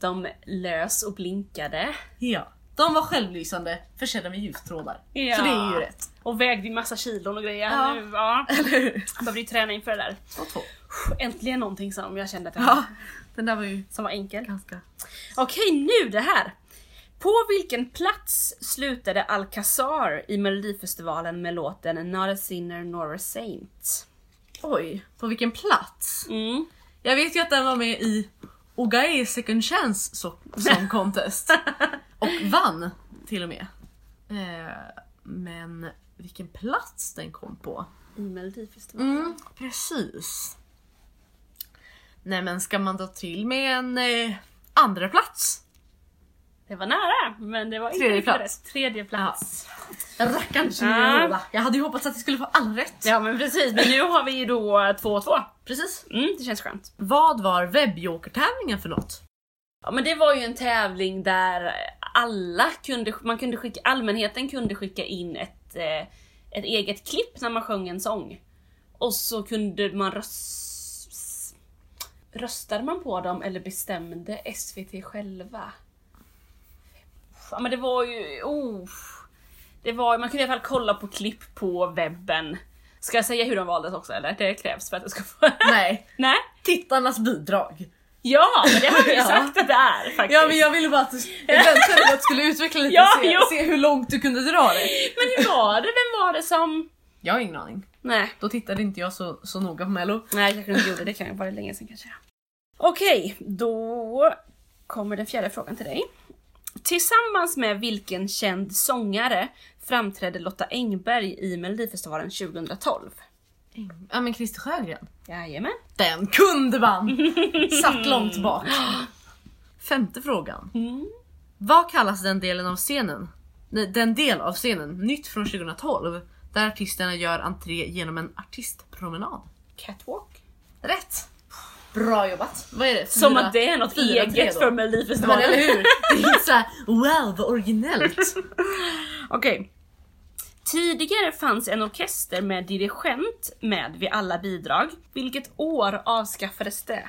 Speaker 1: De lös och blinkade
Speaker 2: Ja, de var självlysande försedda med ljustrådar.
Speaker 1: Ja.
Speaker 2: Så det är ju rätt.
Speaker 1: och vägde ju massa kilon och grejer.
Speaker 2: Ja.
Speaker 1: Nu, ja.
Speaker 2: Eller hur?
Speaker 1: Jag behövde ju träna inför det där.
Speaker 2: Två, två.
Speaker 1: Äntligen någonting som jag kände att jag
Speaker 2: Ja, den där var ju
Speaker 1: som var enkel.
Speaker 2: ganska...
Speaker 1: Okej, nu det här! På vilken plats slutade Alcazar i Melodifestivalen med låten Not a sinner nor a saint?
Speaker 2: Oj, på vilken plats?
Speaker 1: Mm.
Speaker 2: Jag vet ju att den var med i Ogae Second Chance so- Song Contest. [laughs] och vann till och med. Eh, men vilken plats den kom på.
Speaker 1: I Melodifestivalen.
Speaker 2: Mm, precis. Nej men ska man då till med en eh, andra plats?
Speaker 1: Det var nära, men det var inte
Speaker 2: Tredje
Speaker 1: riktigt
Speaker 2: plats.
Speaker 1: rätt. Tredje plats.
Speaker 2: Rackarns
Speaker 1: Ja.
Speaker 2: lilla. Jag hade ju hoppats att jag skulle få alla rätt.
Speaker 1: Ja. men precis, men nu har vi ju då 2-2.
Speaker 2: Precis.
Speaker 1: Mm, det känns skönt.
Speaker 2: Vad var webbjokertävlingen för något?
Speaker 1: Ja men det var ju en tävling där alla kunde, man kunde skicka, allmänheten kunde skicka in ett, eh, ett eget klipp när man sjöng en sång. Och så kunde man röst... Röstade man på dem eller bestämde SVT själva? Ja men det var ju... Oh, det var, man kunde i alla fall kolla på klipp på webben. Ska jag säga hur de valdes också eller? Det krävs för att jag ska få...
Speaker 2: Nej,
Speaker 1: [laughs] Nej?
Speaker 2: [laughs] tittarnas bidrag.
Speaker 1: Ja, men det har vi ju
Speaker 2: [laughs] Ja.
Speaker 1: sagt att det är faktiskt.
Speaker 2: Ja men jag ville bara att du, jag väntade på att du skulle utveckla lite
Speaker 1: Ja,
Speaker 2: och se,
Speaker 1: jo.
Speaker 2: se hur långt du kunde dra det.
Speaker 1: Men hur var det? Vem var det som...
Speaker 2: Jag har ingen aning.
Speaker 1: Nej,
Speaker 2: Då tittade inte jag så, så noga på mello.
Speaker 1: nej jag kanske inte gjorde det. Det kan vara länge sedan kanske. Okej, då kommer den fjärde frågan till dig. Tillsammans med vilken känd sångare framträdde Lotta Engberg i Melodifestivalen 2012?
Speaker 2: Ja men Christer Sjögren.
Speaker 1: Jajamän.
Speaker 2: Den kunde man! Satt långt bak. Femte frågan.
Speaker 1: Mm.
Speaker 2: Vad kallas den delen av scenen? Nej, Den del av scenen, nytt från 2012, där artisterna gör entré genom en artistpromenad.
Speaker 1: Catwalk.
Speaker 2: Rätt! Bra jobbat! Vad är det?
Speaker 1: Som
Speaker 2: Fyra-
Speaker 1: att det är något
Speaker 2: fyra, tre
Speaker 1: eget
Speaker 2: då.
Speaker 1: för
Speaker 2: Men
Speaker 1: Melodifestivalen.
Speaker 2: eller hur? Det är såhär, wow vad originellt!
Speaker 1: Okej. Tidigare fanns en orkester med dirigent med vid alla bidrag. Vilket år avskaffades det?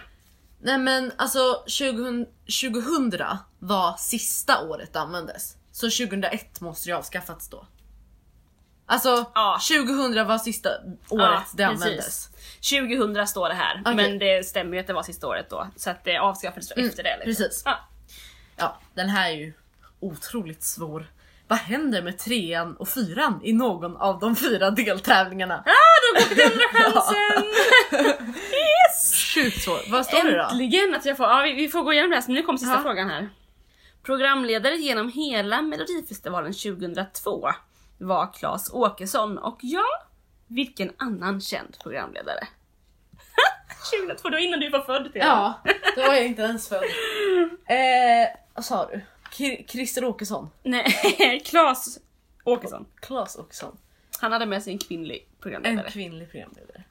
Speaker 2: Nej men alltså 2000, 2000 var sista året det användes. Så 2001 måste det ha avskaffats då. Alltså
Speaker 1: Ja.
Speaker 2: 2000 var sista året det användes.
Speaker 1: precis. 2000 står det här,
Speaker 2: Okej. Mm,
Speaker 1: men det stämmer ju att det var sista året då. Så att det avskaffades efter det. Liksom.
Speaker 2: precis.
Speaker 1: Ja.
Speaker 2: Ja, den här är ju otroligt svår. Vad händer med trean och fyran i någon av de fyra deltävlingarna? [laughs]
Speaker 1: Ah, då går vi till andra chansen!
Speaker 2: Sjukt så. Vad står det då?
Speaker 1: Äntligen att jag får, ja, vi, vi får gå igenom det här, så nu kom sista
Speaker 2: Ja.
Speaker 1: frågan här. Programledare genom hela Melodifestivalen 2002 var Claes Åkesson och ja, vilken annan känd programledare? [laughs] 2002, det var innan du var född till
Speaker 2: Ja, då var jag inte ens född. Eh, vad sa du? Kri- Christer Åkesson?
Speaker 1: Nej, [laughs] Claes Åkesson.
Speaker 2: Claes Åkesson?
Speaker 1: Han hade med sig en kvinnlig
Speaker 2: En
Speaker 1: programledare.
Speaker 2: kvinnlig programledare.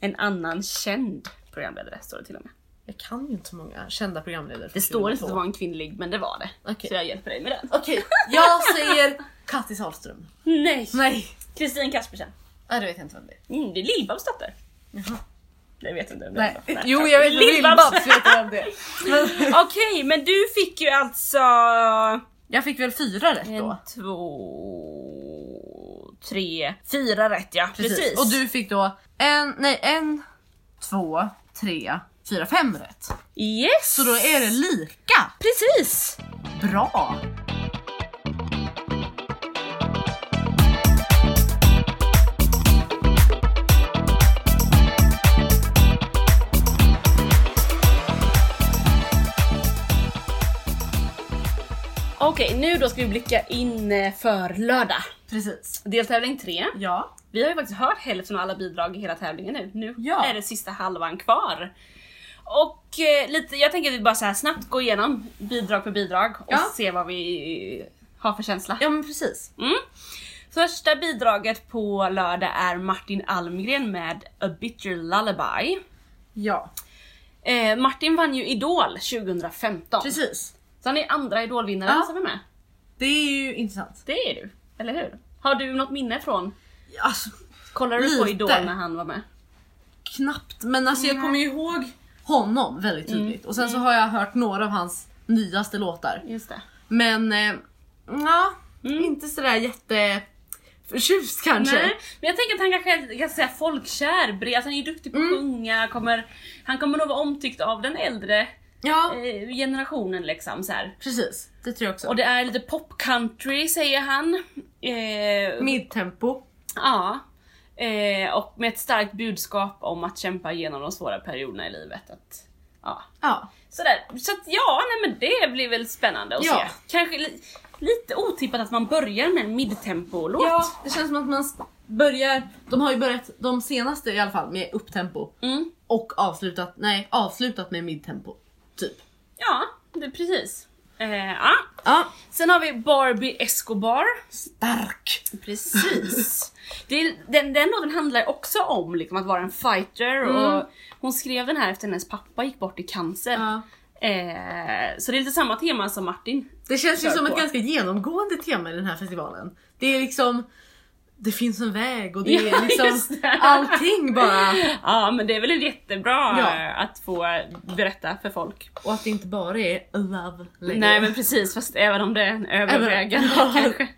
Speaker 1: En annan känd programledare står det till och med.
Speaker 2: Jag kan ju inte så många kända programledare.
Speaker 1: Det
Speaker 2: från
Speaker 1: står inte att det
Speaker 2: 2002.
Speaker 1: var en kvinnlig, men det var det.
Speaker 2: Okej.
Speaker 1: Så jag hjälper dig med den.
Speaker 2: Okej, jag säger Kattis Ahlström.
Speaker 1: Nej!
Speaker 2: Nej!
Speaker 1: Kristin Kaspersen.
Speaker 2: Nej, det vet jag inte vem det är.
Speaker 1: Mm, det är Lill-Babs dotter.
Speaker 2: Jaha.
Speaker 1: Det vet inte. om det
Speaker 2: Nej.
Speaker 1: är så. Nej.
Speaker 2: Jo, jag vet
Speaker 1: Lill-Babs.
Speaker 2: Lill-Babs vet jag vem det är. Men-
Speaker 1: Okej, men du fick ju alltså...
Speaker 2: Jag fick väl fyra rätt
Speaker 1: En,
Speaker 2: då?
Speaker 1: två, tre, fyra rätt ja. Precis.
Speaker 2: Och du fick då en, nej en, två, tre, fyra, fem rätt.
Speaker 1: Yes!
Speaker 2: Så då är det lika
Speaker 1: Precis!
Speaker 2: bra.
Speaker 1: Okej, nu då ska vi blicka in eh, för lördag.
Speaker 2: Precis.
Speaker 1: Deltävling 3.
Speaker 2: Ja.
Speaker 1: Vi har ju faktiskt hört hälften av alla bidrag i hela tävlingen nu. Nu
Speaker 2: Ja.
Speaker 1: är det sista halvan kvar. Och eh, lite, jag tänker att vi bara så här snabbt går igenom bidrag för bidrag och
Speaker 2: Ja.
Speaker 1: se vad vi eh, har för känsla.
Speaker 2: Ja men precis.
Speaker 1: Mm. Första bidraget på lördag är Martin Almgren med A Bitter Lullaby.
Speaker 2: Ja.
Speaker 1: Eh, Martin vann ju Idol 2015.
Speaker 2: Precis.
Speaker 1: Så han är andra Idolvinnaren
Speaker 2: Ja.
Speaker 1: som är med.
Speaker 2: Det är ju intressant.
Speaker 1: Det är du, eller hur? Har du något minne från?
Speaker 2: Alltså
Speaker 1: Kollade du på
Speaker 2: Lite.
Speaker 1: Idol när han var med?
Speaker 2: knappt men alltså jag kommer ju ihåg honom väldigt
Speaker 1: Mm.
Speaker 2: tydligt. Och sen så har jag hört några av hans nyaste låtar.
Speaker 1: Just det.
Speaker 2: Men eh, ja, inte sådär jätte förtjust kanske.
Speaker 1: Mm. Nej, men jag tänker att han kanske kan säga folkkär, bred- alltså han är ju duktig på att
Speaker 2: Mm.
Speaker 1: sjunga, kommer, han kommer nog vara omtyckt av den äldre
Speaker 2: Ja,
Speaker 1: eh, generationen liksom så här.
Speaker 2: precis. Det tror jag också.
Speaker 1: Och det är lite popcountry säger han. Eh,
Speaker 2: Midtempo.
Speaker 1: ja. Eh, och med ett starkt budskap om att kämpa igenom de svåra perioderna i livet. Att, ja.
Speaker 2: Ja.
Speaker 1: Sådär. Så att ja, nej men det blir väl spännande att
Speaker 2: Ja.
Speaker 1: se. Kanske li- lite otippat att man börjar med en midtempo-låt.
Speaker 2: ja, det känns som att man s- börjar, de har ju börjat, de senaste i alla fall, med upptempo.
Speaker 1: Mm.
Speaker 2: Och avslutat, nej avslutat med midtempo. Typ.
Speaker 1: Ja, det, precis. Eh, ja.
Speaker 2: Ja.
Speaker 1: Sen har vi Barbie Escobar.
Speaker 2: Stark!
Speaker 1: Precis. [laughs] Det är, den, den låten handlar ju också om liksom, att vara en fighter och hon skrev den här efter hennes pappa gick bort i cancer.
Speaker 2: Mm. Ja.
Speaker 1: Eh, så det är lite samma tema som Martin.
Speaker 2: Det känns ju
Speaker 1: Kör
Speaker 2: som
Speaker 1: på.
Speaker 2: ett ganska genomgående tema i den här festivalen. Det är liksom, det finns en väg och det
Speaker 1: Ja, [laughs]
Speaker 2: är liksom
Speaker 1: just det.
Speaker 2: allting bara.
Speaker 1: [laughs] Ja men det är väl jättebra
Speaker 2: Ja.
Speaker 1: eh, att få berätta för folk.
Speaker 2: Och att det inte bara är love längre.
Speaker 1: Nej men precis, fast även om det är en övervägande
Speaker 2: [laughs] Ja.
Speaker 1: kanske.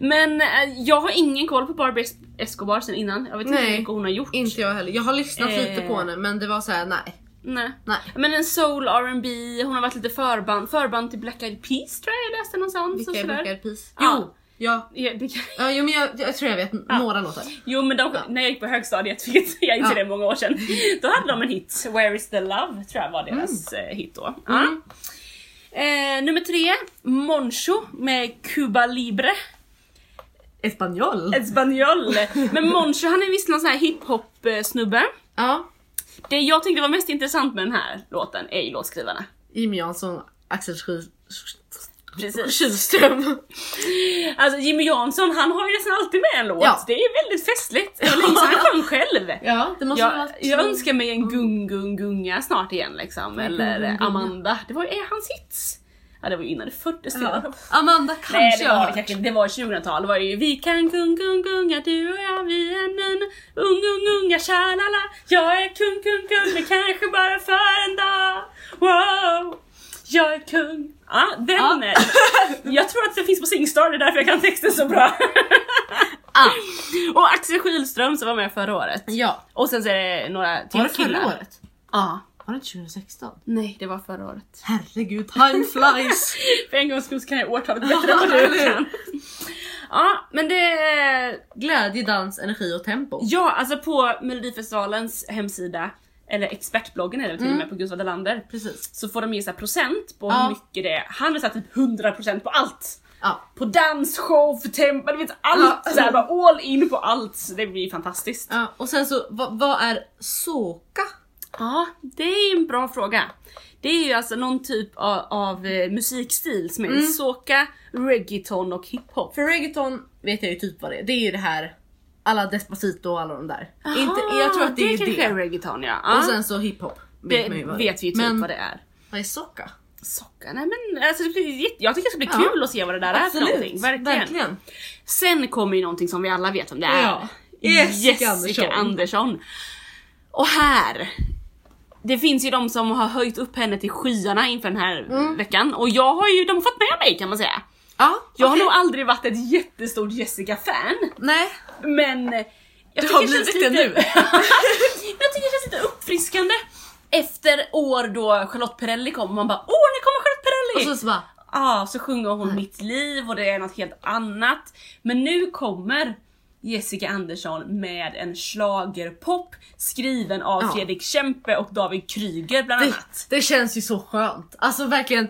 Speaker 1: Men eh, jag har ingen koll på Barbie Es- Escobar sen innan. Jag vet inte hur
Speaker 2: Nej.
Speaker 1: mycket hon har gjort.
Speaker 2: Inte jag heller. Jag har lyssnat lite
Speaker 1: Eh.
Speaker 2: på henne men det var så här: nej.
Speaker 1: Nej.
Speaker 2: nej.
Speaker 1: Men en soul R&B, hon har varit lite förband, förband till Black Eyed Peas tror jag jag läste någonstans. och
Speaker 2: Vilka är
Speaker 1: sådär.
Speaker 2: Blackar Peas?
Speaker 1: Ja.
Speaker 2: Jo! Ja.
Speaker 1: Ja, det kan-
Speaker 2: Ja, jo men jag, jag tror jag vet n- några låtar.
Speaker 1: Jo men de, när jag gick på högstadiet, vilket jag inte
Speaker 2: Ja.
Speaker 1: det många år sedan, då hade de en hit, Where is the love, tror jag var
Speaker 2: Mm.
Speaker 1: deras eh, hit då. Ja. Eh, nummer tre, Moncho med Cuba Libre.
Speaker 2: Espanjol?
Speaker 1: Eh. Espanol. Men Moncho han är visst någon sån här hiphop eh, snubbe.
Speaker 2: Ja.
Speaker 1: Det jag tyckte var mest intressant med den här låten är ju låtskrivarna.
Speaker 2: Jimmy Jansson, Axel Schü-
Speaker 1: Precis.
Speaker 2: Kihlström.
Speaker 1: Alltså Jimmy Jansson han har ju nästan alltid med en låt.
Speaker 2: Ja.
Speaker 1: Det är väldigt festligt. Det var länge sedan han sjöng själv.
Speaker 2: Ja, det måste
Speaker 1: Jag,
Speaker 2: vara...
Speaker 1: jag önskar mig
Speaker 2: Mm.
Speaker 1: en gung-gung-gunga snart igen liksom. Eller eh,
Speaker 2: Gung-gung-gunga.
Speaker 1: Amanda. Det var ju eh, hans hits. Ja det var ju innan det föddes.
Speaker 2: Ja.
Speaker 1: Ja.
Speaker 2: Amanda kanske Ah,
Speaker 1: Nej det
Speaker 2: jag
Speaker 1: var
Speaker 2: har
Speaker 1: det kanske
Speaker 2: hört.
Speaker 1: inte. Det var 2000-tal. Det var ju vi kan gung-gung-gunga du och jag vi är en ung-ung-unga tja-la-la. Jag är kung-kung-kung men kanske bara för en dag. Wow. Jag är kung. Ja, den
Speaker 2: Ja.
Speaker 1: är... [laughs] Jag tror att det finns på Singstar, det är därför jag kan texten så bra. [laughs]
Speaker 2: Ah,
Speaker 1: Och Axel Schylström som var med förra året.
Speaker 2: ja.
Speaker 1: Och sen så är det några till
Speaker 2: Var det förra
Speaker 1: killar.
Speaker 2: året?
Speaker 1: Ja.
Speaker 2: Var det inte 2016?
Speaker 1: Nej, det var förra året.
Speaker 2: Herregud, [laughs] time flies!
Speaker 1: [laughs] För en gångs skull så kan jag
Speaker 2: [laughs]
Speaker 1: årtalet bättre än vad du kan. Ja, men det...
Speaker 2: Glädje, dans, energi och tempo.
Speaker 1: Ja, alltså på Melodifestivalens hemsida eh, eller expertbloggen är det till och med på Gustav Delander.
Speaker 2: Precis.
Speaker 1: Så får de ge så här procent på
Speaker 2: Ja.
Speaker 1: hur mycket det är. Han har satt typ 100% på allt.
Speaker 2: Ja.
Speaker 1: På dans, show, för tempo, du vet allt!
Speaker 2: Ja.
Speaker 1: Så här, bara all in på allt. Så det blir fantastiskt.
Speaker 2: ja. Och sen så, vad, vad är såka?
Speaker 1: Ja, det är en bra fråga. Det är ju alltså någon typ av, av eh, musikstil som är soca, reggaeton och hiphop.
Speaker 2: För reggaeton vet jag ju typ vad det är. Det är ju det här, alla Despacito och alla de där. Inte, jag tror att det, är
Speaker 1: kanske
Speaker 2: det.
Speaker 1: är reggaeton ja.
Speaker 2: Och
Speaker 1: ja.
Speaker 2: sen så hiphop.
Speaker 1: det
Speaker 2: man ju vad det är.
Speaker 1: vet vi ju typ
Speaker 2: Men
Speaker 1: vad det är.
Speaker 2: vad är soka?
Speaker 1: Socka, nej men alltså, det blir, jätte- jag tycker det ska bli
Speaker 2: Ja.
Speaker 1: kul att se vad det där är för någonting. Verkligen.
Speaker 2: verkligen.
Speaker 1: Sen kommer ju någonting som vi alla vet om det är.
Speaker 2: Ja.
Speaker 1: Jessica
Speaker 2: Jessica
Speaker 1: Andersson.
Speaker 2: Andersson.
Speaker 1: Och här! Det finns ju de som har höjt upp henne till skyarna inför den här
Speaker 2: Mm.
Speaker 1: veckan och jag har ju, de har fått med mig kan man säga.
Speaker 2: Ja,
Speaker 1: Jag har
Speaker 2: okej.
Speaker 1: nog aldrig varit ett jättestort Jessica-fan,
Speaker 2: Nej,
Speaker 1: men... eh, Jag
Speaker 2: Du har
Speaker 1: tycker känns
Speaker 2: blivit det nu.
Speaker 1: [laughs] jag tycker det känns lite uppfriskande. Efter år då Charlotte Perrelli kom och man bara åh nu kommer Charlotte Perrelli!
Speaker 2: och så, så bara,
Speaker 1: Ja, så sjunger hon Mitt liv och det är något helt annat. Men nu kommer Jessica Andersson med en schlagerpop skriven av
Speaker 2: Ja.
Speaker 1: Fredrik Kempe och David Kryger bland
Speaker 2: det,
Speaker 1: annat.
Speaker 2: det känns ju så skönt. Alltså verkligen,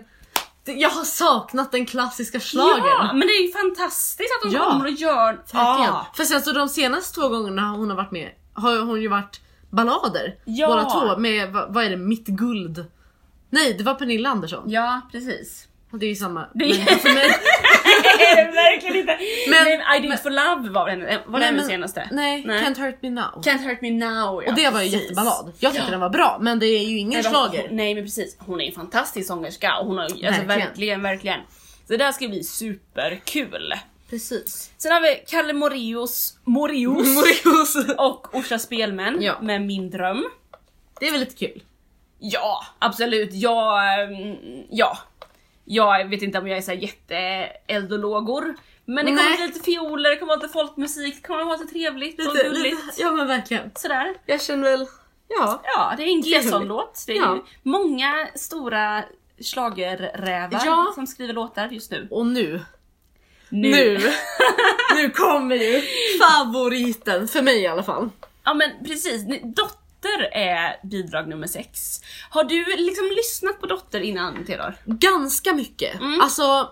Speaker 2: det, jag har saknat den klassiska schlagern.
Speaker 1: Ja, men det är ju fantastiskt att de
Speaker 2: Ja.
Speaker 1: kommer och gör...
Speaker 2: Verkligen.
Speaker 1: Ja.
Speaker 2: För sen så de senaste två gångerna hon har varit med har hon ju varit ballader.
Speaker 1: Ja.
Speaker 2: Båda två med, vad, vad är det, Mitt guld? Nej det var Pernilla Andersson.
Speaker 1: ja,
Speaker 2: [laughs]
Speaker 1: precis. [laughs]
Speaker 2: Det är ju samma.
Speaker 1: Det är-
Speaker 2: Men, för mig,
Speaker 1: Nej, verkligen inte. Men,
Speaker 2: Men-
Speaker 1: I did it for love var den, [laughs] var
Speaker 2: Nej,
Speaker 1: den
Speaker 2: men-
Speaker 1: senaste.
Speaker 2: nej,
Speaker 1: Nej.
Speaker 2: Can't hurt me now.
Speaker 1: Can't hurt me now. Ja,
Speaker 2: och det var ju
Speaker 1: precis.
Speaker 2: jätteballad. Jag tyckte den var bra men det är ju ingen
Speaker 1: Nej, de-
Speaker 2: schlager.
Speaker 1: Nej men precis, hon är en fantastisk sångerska och hon har verkligen, alltså,
Speaker 2: Verkligen.
Speaker 1: verkligen, verkligen. Så det där ska bli superkul.
Speaker 2: Precis.
Speaker 1: Sen har vi Kalle Moreus,
Speaker 2: [laughs]
Speaker 1: Moreus och Orsa Spelmän
Speaker 2: Ja.
Speaker 1: med Min dröm.
Speaker 2: Det är väl lite kul.
Speaker 1: Ja, absolut. Jag, mm, ja. Jag vet inte om jag är så här jätteeldologor. Men det kommer
Speaker 2: Nej.
Speaker 1: bli lite fioler, det kommer vara lite folkmusik, det kommer vara lite trevligt och
Speaker 2: Lite,
Speaker 1: gulligt.
Speaker 2: lite, ja men verkligen.
Speaker 1: Sådär.
Speaker 2: Jag känner väl, ja.
Speaker 1: Ja, det är en Gleson-låt. Det är
Speaker 2: Ja.
Speaker 1: ju många stora schlagerrävar
Speaker 2: Ja.
Speaker 1: som skriver låtar just nu.
Speaker 2: Och nu, nu, [laughs] nu kommer
Speaker 1: [laughs]
Speaker 2: ju favoriten för mig i alla fall.
Speaker 1: Ja men precis, Ni- Dotter är bidrag nummer sex. Har du liksom lyssnat på Dotter innan Theodor?
Speaker 2: Ganska mycket.
Speaker 1: Mm.
Speaker 2: Alltså,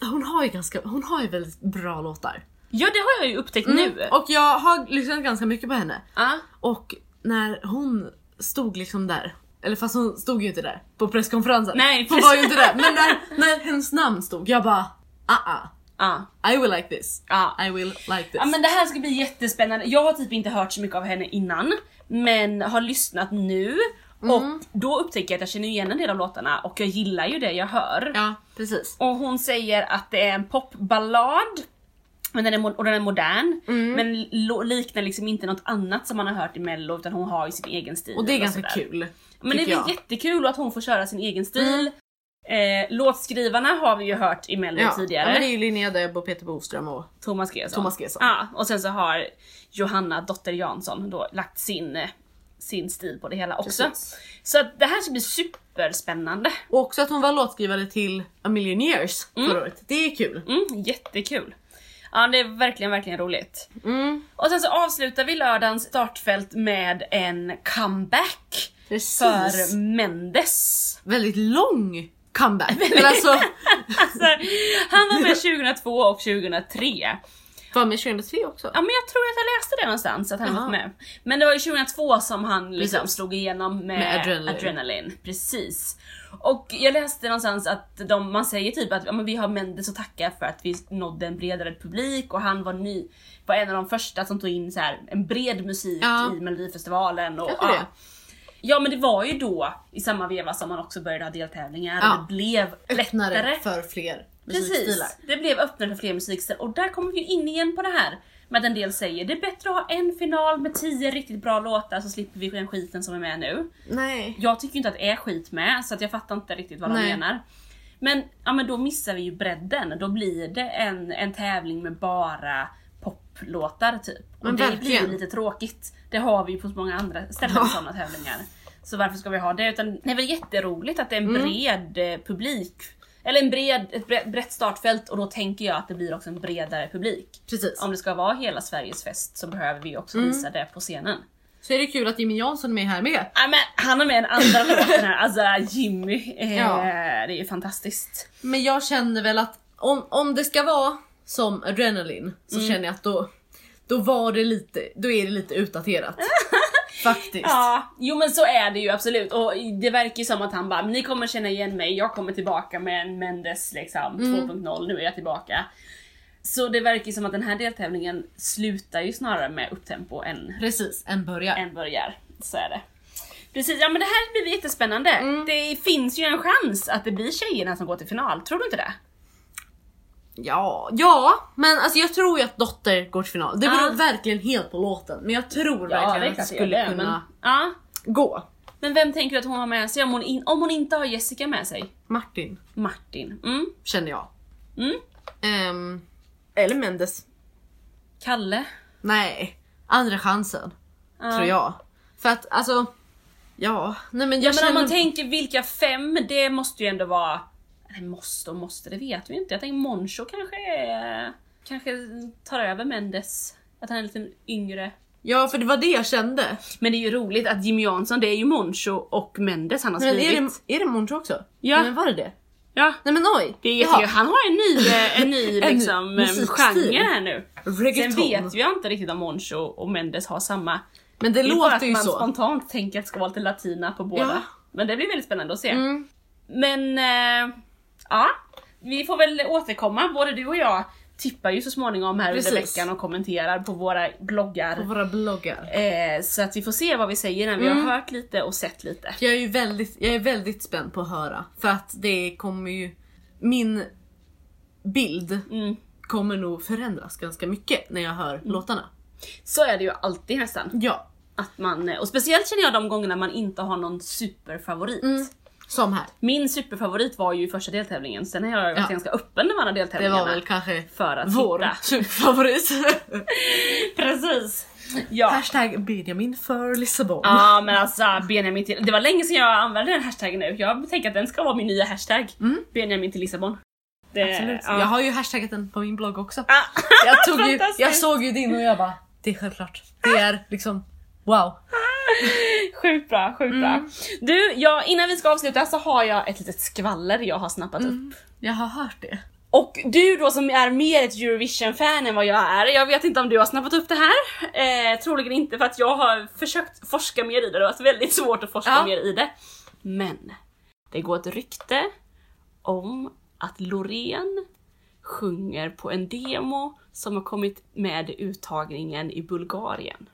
Speaker 2: hon har ju ganska, hon har ju väldigt bra låtar.
Speaker 1: Ja det har jag ju upptäckt
Speaker 2: Mm.
Speaker 1: nu.
Speaker 2: Och jag har lyssnat ganska mycket på henne.
Speaker 1: Ja.
Speaker 2: Och när hon stod liksom där, eller fast hon stod ju inte där på presskonferensen.
Speaker 1: Nej,
Speaker 2: hon
Speaker 1: precis.
Speaker 2: var ju inte där. Men när, när hennes namn stod, jag bara ah
Speaker 1: Ja.
Speaker 2: ah, I will like this.
Speaker 1: Ja.
Speaker 2: I will like this.
Speaker 1: ja men det här ska bli jättespännande. Jag har typ inte hört så mycket av henne innan men har lyssnat nu
Speaker 2: Mm.
Speaker 1: och då upptäcker jag att jag känner igen en del av låtarna och jag gillar ju det jag hör.
Speaker 2: Ja precis.
Speaker 1: Och hon säger att det är en popballad men den är, mo- och den är modern
Speaker 2: Mm.
Speaker 1: men lo- liknar liksom inte något annat som man har hört i mello utan hon har ju sin egen stil.
Speaker 2: Och det är ganska
Speaker 1: sådär.
Speaker 2: kul.
Speaker 1: Men det är
Speaker 2: tycker
Speaker 1: väl
Speaker 2: jag. Mm.
Speaker 1: jättekul att hon får köra sin egen stil. Eh, låtskrivarna har vi ju hört i mello
Speaker 2: Ja. ja
Speaker 1: tidigare.
Speaker 2: men det är ju Linnea Deb och Peter Boström och
Speaker 1: Thomas Gesson.
Speaker 2: Thomas Gesson.
Speaker 1: Ja, och sen så har Johanna Dotter Jansson då lagt sin, eh, sin stil på det hela också.
Speaker 2: Precis.
Speaker 1: Så att det här ska bli superspännande.
Speaker 2: Och också att hon var låtskrivare till A Million Years förra året. Det är kul.
Speaker 1: Mm, jättekul. Ja det är verkligen, verkligen roligt.
Speaker 2: Mm.
Speaker 1: Och sen så avslutar vi lördagens startfält med en comeback
Speaker 2: Precis.
Speaker 1: för Mendes. [laughs]
Speaker 2: Väldigt lång comeback. [laughs] Eller alltså,
Speaker 1: Alltså, han var
Speaker 2: [laughs]
Speaker 1: med 2002 och 2003.
Speaker 2: var med 2003 också.
Speaker 1: Ja men jag tror att jag läste det någonstans att han
Speaker 2: Jaha.
Speaker 1: var med. Men det var ju 2002 som han liksom
Speaker 2: Precis.
Speaker 1: slog igenom med,
Speaker 2: Med
Speaker 1: adrenalin.
Speaker 2: Adrenaline.
Speaker 1: Precis. Och jag läste någonstans att de, man säger typ att ja, men vi har Mendes att tacka för att vi nådde en bredare publik och han var ny, var en av de första som tog in så här, en bred musik
Speaker 2: Ja.
Speaker 1: i melodifestivalen. Och,
Speaker 2: Kanske
Speaker 1: ja.
Speaker 2: det.
Speaker 1: ja men det var ju då i samma veva som man också började ha deltävlingar
Speaker 2: Ja.
Speaker 1: och det blev lättare.
Speaker 2: Öppnare för fler musikstilar.
Speaker 1: Precis, det blev öppnare för fler musikstilar och där kommer vi ju in igen på det här med att en del säger det är bättre att ha en final med tio riktigt bra låtar så slipper vi den skiten som är med nu.
Speaker 2: Nej.
Speaker 1: Jag tycker ju inte att det är skit med så att jag fattar inte riktigt vad de
Speaker 2: Nej.
Speaker 1: menar. Men, ja, men då missar vi ju bredden, då blir det en, en tävling med bara poplåtar typ. Och
Speaker 2: Men
Speaker 1: det blir
Speaker 2: verkligen.
Speaker 1: ju lite tråkigt. Det har vi ju på så många andra ställen
Speaker 2: Ja.
Speaker 1: sådana tävlingar. Så varför ska vi ha det? Utan det är väl jätteroligt att det är en
Speaker 2: Mm.
Speaker 1: bred eh, publik. Eller en bred, ett bre- brett startfält och då tänker jag att det blir också en bredare publik.
Speaker 2: Precis. Mm.
Speaker 1: Om det ska vara hela Sveriges fest så behöver vi också visa det på scenen.
Speaker 2: Så är det kul att Jimmy Jansson är med här med.
Speaker 1: Ja, men han har med
Speaker 2: [laughs]
Speaker 1: en andra låten här, alltså Jimmy. Eh,
Speaker 2: Ja.
Speaker 1: Det är ju fantastiskt.
Speaker 2: Men jag känner väl att om, om det ska vara som adrenalin så känner jag att då, då var det lite, då är det lite [laughs] utdaterat. Faktiskt.
Speaker 1: Ja, jo men så är det ju absolut. Och det verkar ju som att han bara, "Men ni kommer känna igen mig, jag kommer tillbaka med en Mendes liksom
Speaker 2: Mm.
Speaker 1: 2.0, nu är jag tillbaka. Så det verkar ju som att den här deltävlingen slutar ju snarare med upptempo än,
Speaker 2: Precis, en början.
Speaker 1: än börjar. Så är det. Precis, ja men det här blir jättespännande.
Speaker 2: Mm.
Speaker 1: Det finns ju en chans att det blir tjejerna som går till final, tror du inte det?
Speaker 2: Ja, ja, men alltså jag tror ju att Dotter går till final. Det beror
Speaker 1: Ah.
Speaker 2: verkligen helt på låten, men jag tror verkligen att det skulle kunna
Speaker 1: Men, ja.
Speaker 2: gå.
Speaker 1: men vem tänker du att hon har med sig om hon, in, om hon inte har Jessica med sig?
Speaker 2: Martin,
Speaker 1: Martin. Mm.
Speaker 2: känner jag.
Speaker 1: Mm.
Speaker 2: Ehm, eller Mendes.
Speaker 1: Kalle.
Speaker 2: Nej, andra chansen.
Speaker 1: Ja.
Speaker 2: Tror jag. För att alltså, ja. Nej men jag
Speaker 1: Ja, men om
Speaker 2: känner...
Speaker 1: man tänker vilka fem, det måste ju ändå vara... Nej, måste och måste, det vet vi ju inte. Jag tänker Moncho kanske är, Kanske tar över Mendes. Att han är lite yngre.
Speaker 2: Ja för det var det jag kände.
Speaker 1: Men det är ju roligt att Jimmy Jansson, det är ju Moncho och Mendes han har
Speaker 2: Men
Speaker 1: skrivit.
Speaker 2: är det, är det Moncho också?
Speaker 1: Ja.
Speaker 2: Nej, Men var det det?
Speaker 1: Ja,
Speaker 2: Nej men oj!
Speaker 1: det är
Speaker 2: Jaha.
Speaker 1: jättekul. Han har en ny, eh,
Speaker 2: [laughs]
Speaker 1: en ny
Speaker 2: En ny
Speaker 1: liksom, eh,
Speaker 2: musikstil.
Speaker 1: genre här nu. Sen
Speaker 2: Reggaeton.
Speaker 1: vet jag inte riktigt om Moncho och Mendes har samma.
Speaker 2: Men det,
Speaker 1: Det är bara att
Speaker 2: låter ju
Speaker 1: man
Speaker 2: så.
Speaker 1: spontant tänker att det ska vara lite latina på båda.
Speaker 2: Ja.
Speaker 1: Men det blir väldigt spännande att se.
Speaker 2: Mm.
Speaker 1: Men eh, ja, vi får väl återkomma. Både du och jag tippar ju så småningom här under
Speaker 2: Precis.
Speaker 1: veckan och kommenterar på våra
Speaker 2: På Mm.
Speaker 1: bloggar.
Speaker 2: våra bloggar.
Speaker 1: Eh, så att vi får se vad vi säger när vi har hört lite och sett lite.
Speaker 2: Jag är ju väldigt, jag är väldigt spänd på att höra. För att det kommer ju... Min bild
Speaker 1: Mm.
Speaker 2: kommer nog förändras ganska mycket när jag hör låtarna.
Speaker 1: Så är det ju alltid nästan.
Speaker 2: Ja,
Speaker 1: Att man, och speciellt känner jag de gångerna man inte har någon superfavorit.
Speaker 2: Mm. som här.
Speaker 1: Min superfavorit var ju första deltävlingen, sen har jag varit
Speaker 2: Ja.
Speaker 1: ganska öppen med andra
Speaker 2: Det
Speaker 1: deltävlingarna.
Speaker 2: var väl kanske
Speaker 1: för att hitta.
Speaker 2: vår typ [laughs] superfavorit.
Speaker 1: [laughs] Precis! Ja.
Speaker 2: Hashtag Benjamin för Lissabon.
Speaker 1: Ja men alltså Benjamin till... Det var länge sedan jag använde den hashtaggen nu. Jag tänker att den ska vara min nya hashtag. Benjamin till Lissabon. Det,
Speaker 2: Mm. Absolut.
Speaker 1: Ja.
Speaker 2: Jag har ju hashtaggat den på min blogg också.
Speaker 1: Ah.
Speaker 2: Jag, tog ju,
Speaker 1: Fantastiskt.
Speaker 2: jag såg ju din och jag bara, det är självklart. Det är liksom wow.
Speaker 1: [laughs] Sjukt bra, sjukt
Speaker 2: Mm.
Speaker 1: bra. Du, jag, innan vi ska avsluta så har jag ett litet skvaller jag har snappat upp.
Speaker 2: Jag har hört det.
Speaker 1: Och du då som är mer ett Eurovision-fan än vad jag är, jag vet inte om du har snappat upp det här. Eh, troligen inte för att jag har försökt forska mer i det, det har varit väldigt svårt att forska
Speaker 2: Ja.
Speaker 1: mer i det. Men det går ett rykte om att Loreen sjunger på en demo som har kommit med i uttagningen i Bulgarien.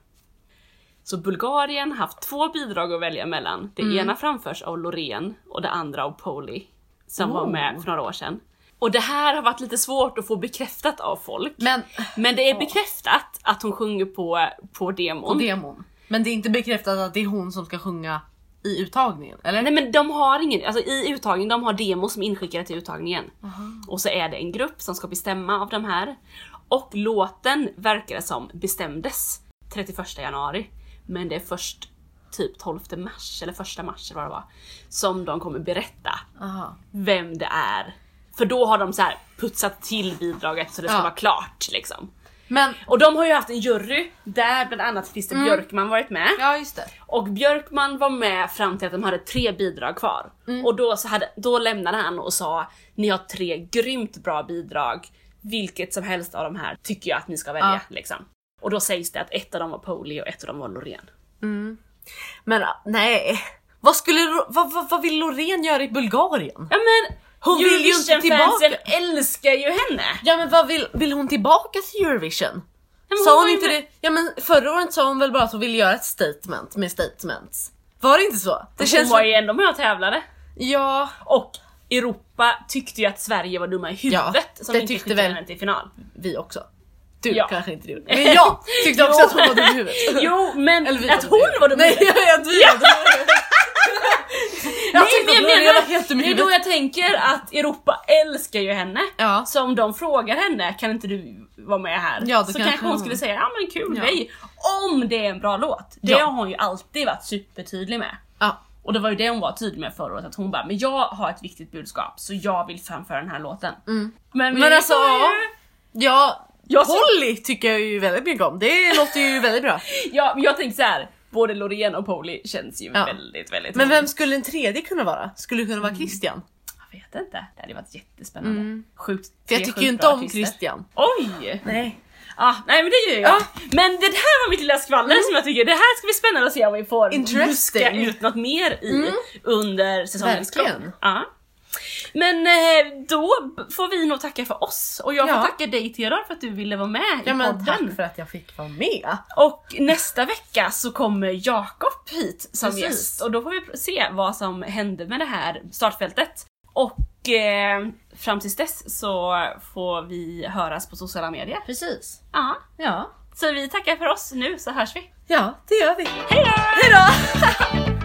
Speaker 1: Så Bulgarien har haft två bidrag att välja mellan. Det ena framförs av Loreen och det andra av Poli som var med för några år sedan. Och det här har varit lite svårt att få bekräftat av folk.
Speaker 2: Men,
Speaker 1: Men det är bekräftat att hon sjunger på, på demon.
Speaker 2: och demon. Men det är inte bekräftat att det är hon som ska sjunga i uttagningen, eller?
Speaker 1: Nej men de har ingen, alltså i uttagningen, de har demos som är inskickade till uttagningen. Och så är det en grupp som ska bestämma av de här. Och låten verkar det som bestämdes 31 januari. Men det är först typ 12 mars, eller 1 mars eller vad det var, som de kommer berätta
Speaker 2: Aha.
Speaker 1: vem det är. För då har de så här putsat till bidraget så det ska
Speaker 2: Ja.
Speaker 1: vara klart liksom.
Speaker 2: Men,
Speaker 1: Och de har ju haft en jury där bland annat Christer Björkman varit med.
Speaker 2: ja just det.
Speaker 1: Och Björkman var med fram till att de hade tre bidrag kvar.
Speaker 2: Mm.
Speaker 1: Och då, så hade, då lämnade han och sa ni har tre grymt bra bidrag. Vilket som helst av de här tycker jag att ni ska välja.
Speaker 2: Ja.
Speaker 1: Liksom. Och då sägs det att ett av dem var Poli och ett av dem var Loreen.
Speaker 2: Men nej. Vad, skulle, Lo- vad, vad, vad vill Loreen göra i Bulgarien?
Speaker 1: Ja men!
Speaker 2: Hon vill ju inte
Speaker 1: Eurovision-fansen
Speaker 2: tillbaka.
Speaker 1: älskar ju henne!
Speaker 2: Ja men vad vill, vill hon tillbaka till Eurovision?
Speaker 1: men hon
Speaker 2: sa
Speaker 1: var
Speaker 2: hon
Speaker 1: ju
Speaker 2: inte
Speaker 1: med-
Speaker 2: det? Ja men förra året sa hon väl bara att hon ville göra ett statement med statements? Var det inte så? Det
Speaker 1: Hon
Speaker 2: känns
Speaker 1: var
Speaker 2: som-
Speaker 1: ju ändå med och tävlade.
Speaker 2: Ja,
Speaker 1: Och Europa tyckte ju att Sverige var dumma i huvudet
Speaker 2: Ja,
Speaker 1: som
Speaker 2: det
Speaker 1: inte
Speaker 2: tyckte
Speaker 1: skickade
Speaker 2: väl-
Speaker 1: henne till final.
Speaker 2: vi också. Du
Speaker 1: Ja.
Speaker 2: kanske inte
Speaker 1: [laughs]
Speaker 2: gjorde det. Men jag tyckte också
Speaker 1: Jo.
Speaker 2: att hon var dum
Speaker 1: [laughs]
Speaker 2: i huvudet.
Speaker 1: Jo men
Speaker 2: Eller vi
Speaker 1: att hon var dum
Speaker 2: [laughs]
Speaker 1: i
Speaker 2: Nej
Speaker 1: huvudet!
Speaker 2: jag tvivlade!
Speaker 1: [laughs]
Speaker 2: Jag
Speaker 1: Nej,
Speaker 2: tyckte
Speaker 1: men
Speaker 2: att
Speaker 1: jag
Speaker 2: Loreen var
Speaker 1: menar,
Speaker 2: helt dum i
Speaker 1: det är då
Speaker 2: huvudet.
Speaker 1: jag tänker att Europa älskar ju henne.
Speaker 2: Ja.
Speaker 1: Så om de frågar henne, kan inte du vara med här?
Speaker 2: Ja, då
Speaker 1: så
Speaker 2: kanske
Speaker 1: kanske hon
Speaker 2: hon-
Speaker 1: skulle säga, ja men kul,
Speaker 2: Ja.
Speaker 1: nej. Om det är en bra låt. Det
Speaker 2: Ja.
Speaker 1: har hon ju alltid varit supertydlig med.
Speaker 2: Ja.
Speaker 1: Och det var ju det hon var tydlig med förra året, att hon bara, men jag har ett viktigt budskap så jag vill framföra den här låten. Men, vi
Speaker 2: Men alltså,
Speaker 1: sa ju-
Speaker 2: Ja,
Speaker 1: Jag-
Speaker 2: Polly tycker jag ju väldigt mycket om. Det låter ju väldigt bra.
Speaker 1: Ja, men jag tänkte så här. både Loreen och Pauli känns ju
Speaker 2: Ja.
Speaker 1: väldigt, väldigt
Speaker 2: Men vem
Speaker 1: roligt.
Speaker 2: skulle en tredje kunna vara? Skulle det kunna
Speaker 1: Mm.
Speaker 2: vara Christian?
Speaker 1: Jag vet inte. Det hade ju varit jättespännande. Sjukt.
Speaker 2: Mm. För jag
Speaker 1: tre
Speaker 2: tycker
Speaker 1: sjukt
Speaker 2: ju inte
Speaker 1: bra
Speaker 2: om
Speaker 1: artister.
Speaker 2: Christian.
Speaker 1: Oj!
Speaker 2: Nej.
Speaker 1: Ah, nej men det gör jag.
Speaker 2: Ja. Mm.
Speaker 1: Men det här var mitt lilla skvaller som jag tycker, det här ska bli spännande att se om vi får
Speaker 2: Interesting. Mm.
Speaker 1: luska ut något mer i under säsongens
Speaker 2: Verkligen.
Speaker 1: gång. Ja. Men eh, då b- får vi nog tacka för oss och jag
Speaker 2: Ja.
Speaker 1: får tacka dig Theodor för att du ville vara med
Speaker 2: Ja
Speaker 1: i
Speaker 2: men
Speaker 1: podden.
Speaker 2: tack för att jag fick vara med.
Speaker 1: Och nästa vecka så kommer Jakob hit som
Speaker 2: Precis.
Speaker 1: gäst och då får vi pr- se vad som hände med det här startfältet. Och eh, fram tills dess så får vi höras på sociala medier.
Speaker 2: Precis.
Speaker 1: Ja.
Speaker 2: Ja.
Speaker 1: Så vi tackar för oss nu så hörs vi.
Speaker 2: Ja, det gör vi.
Speaker 1: Hej då!
Speaker 2: Hejdå!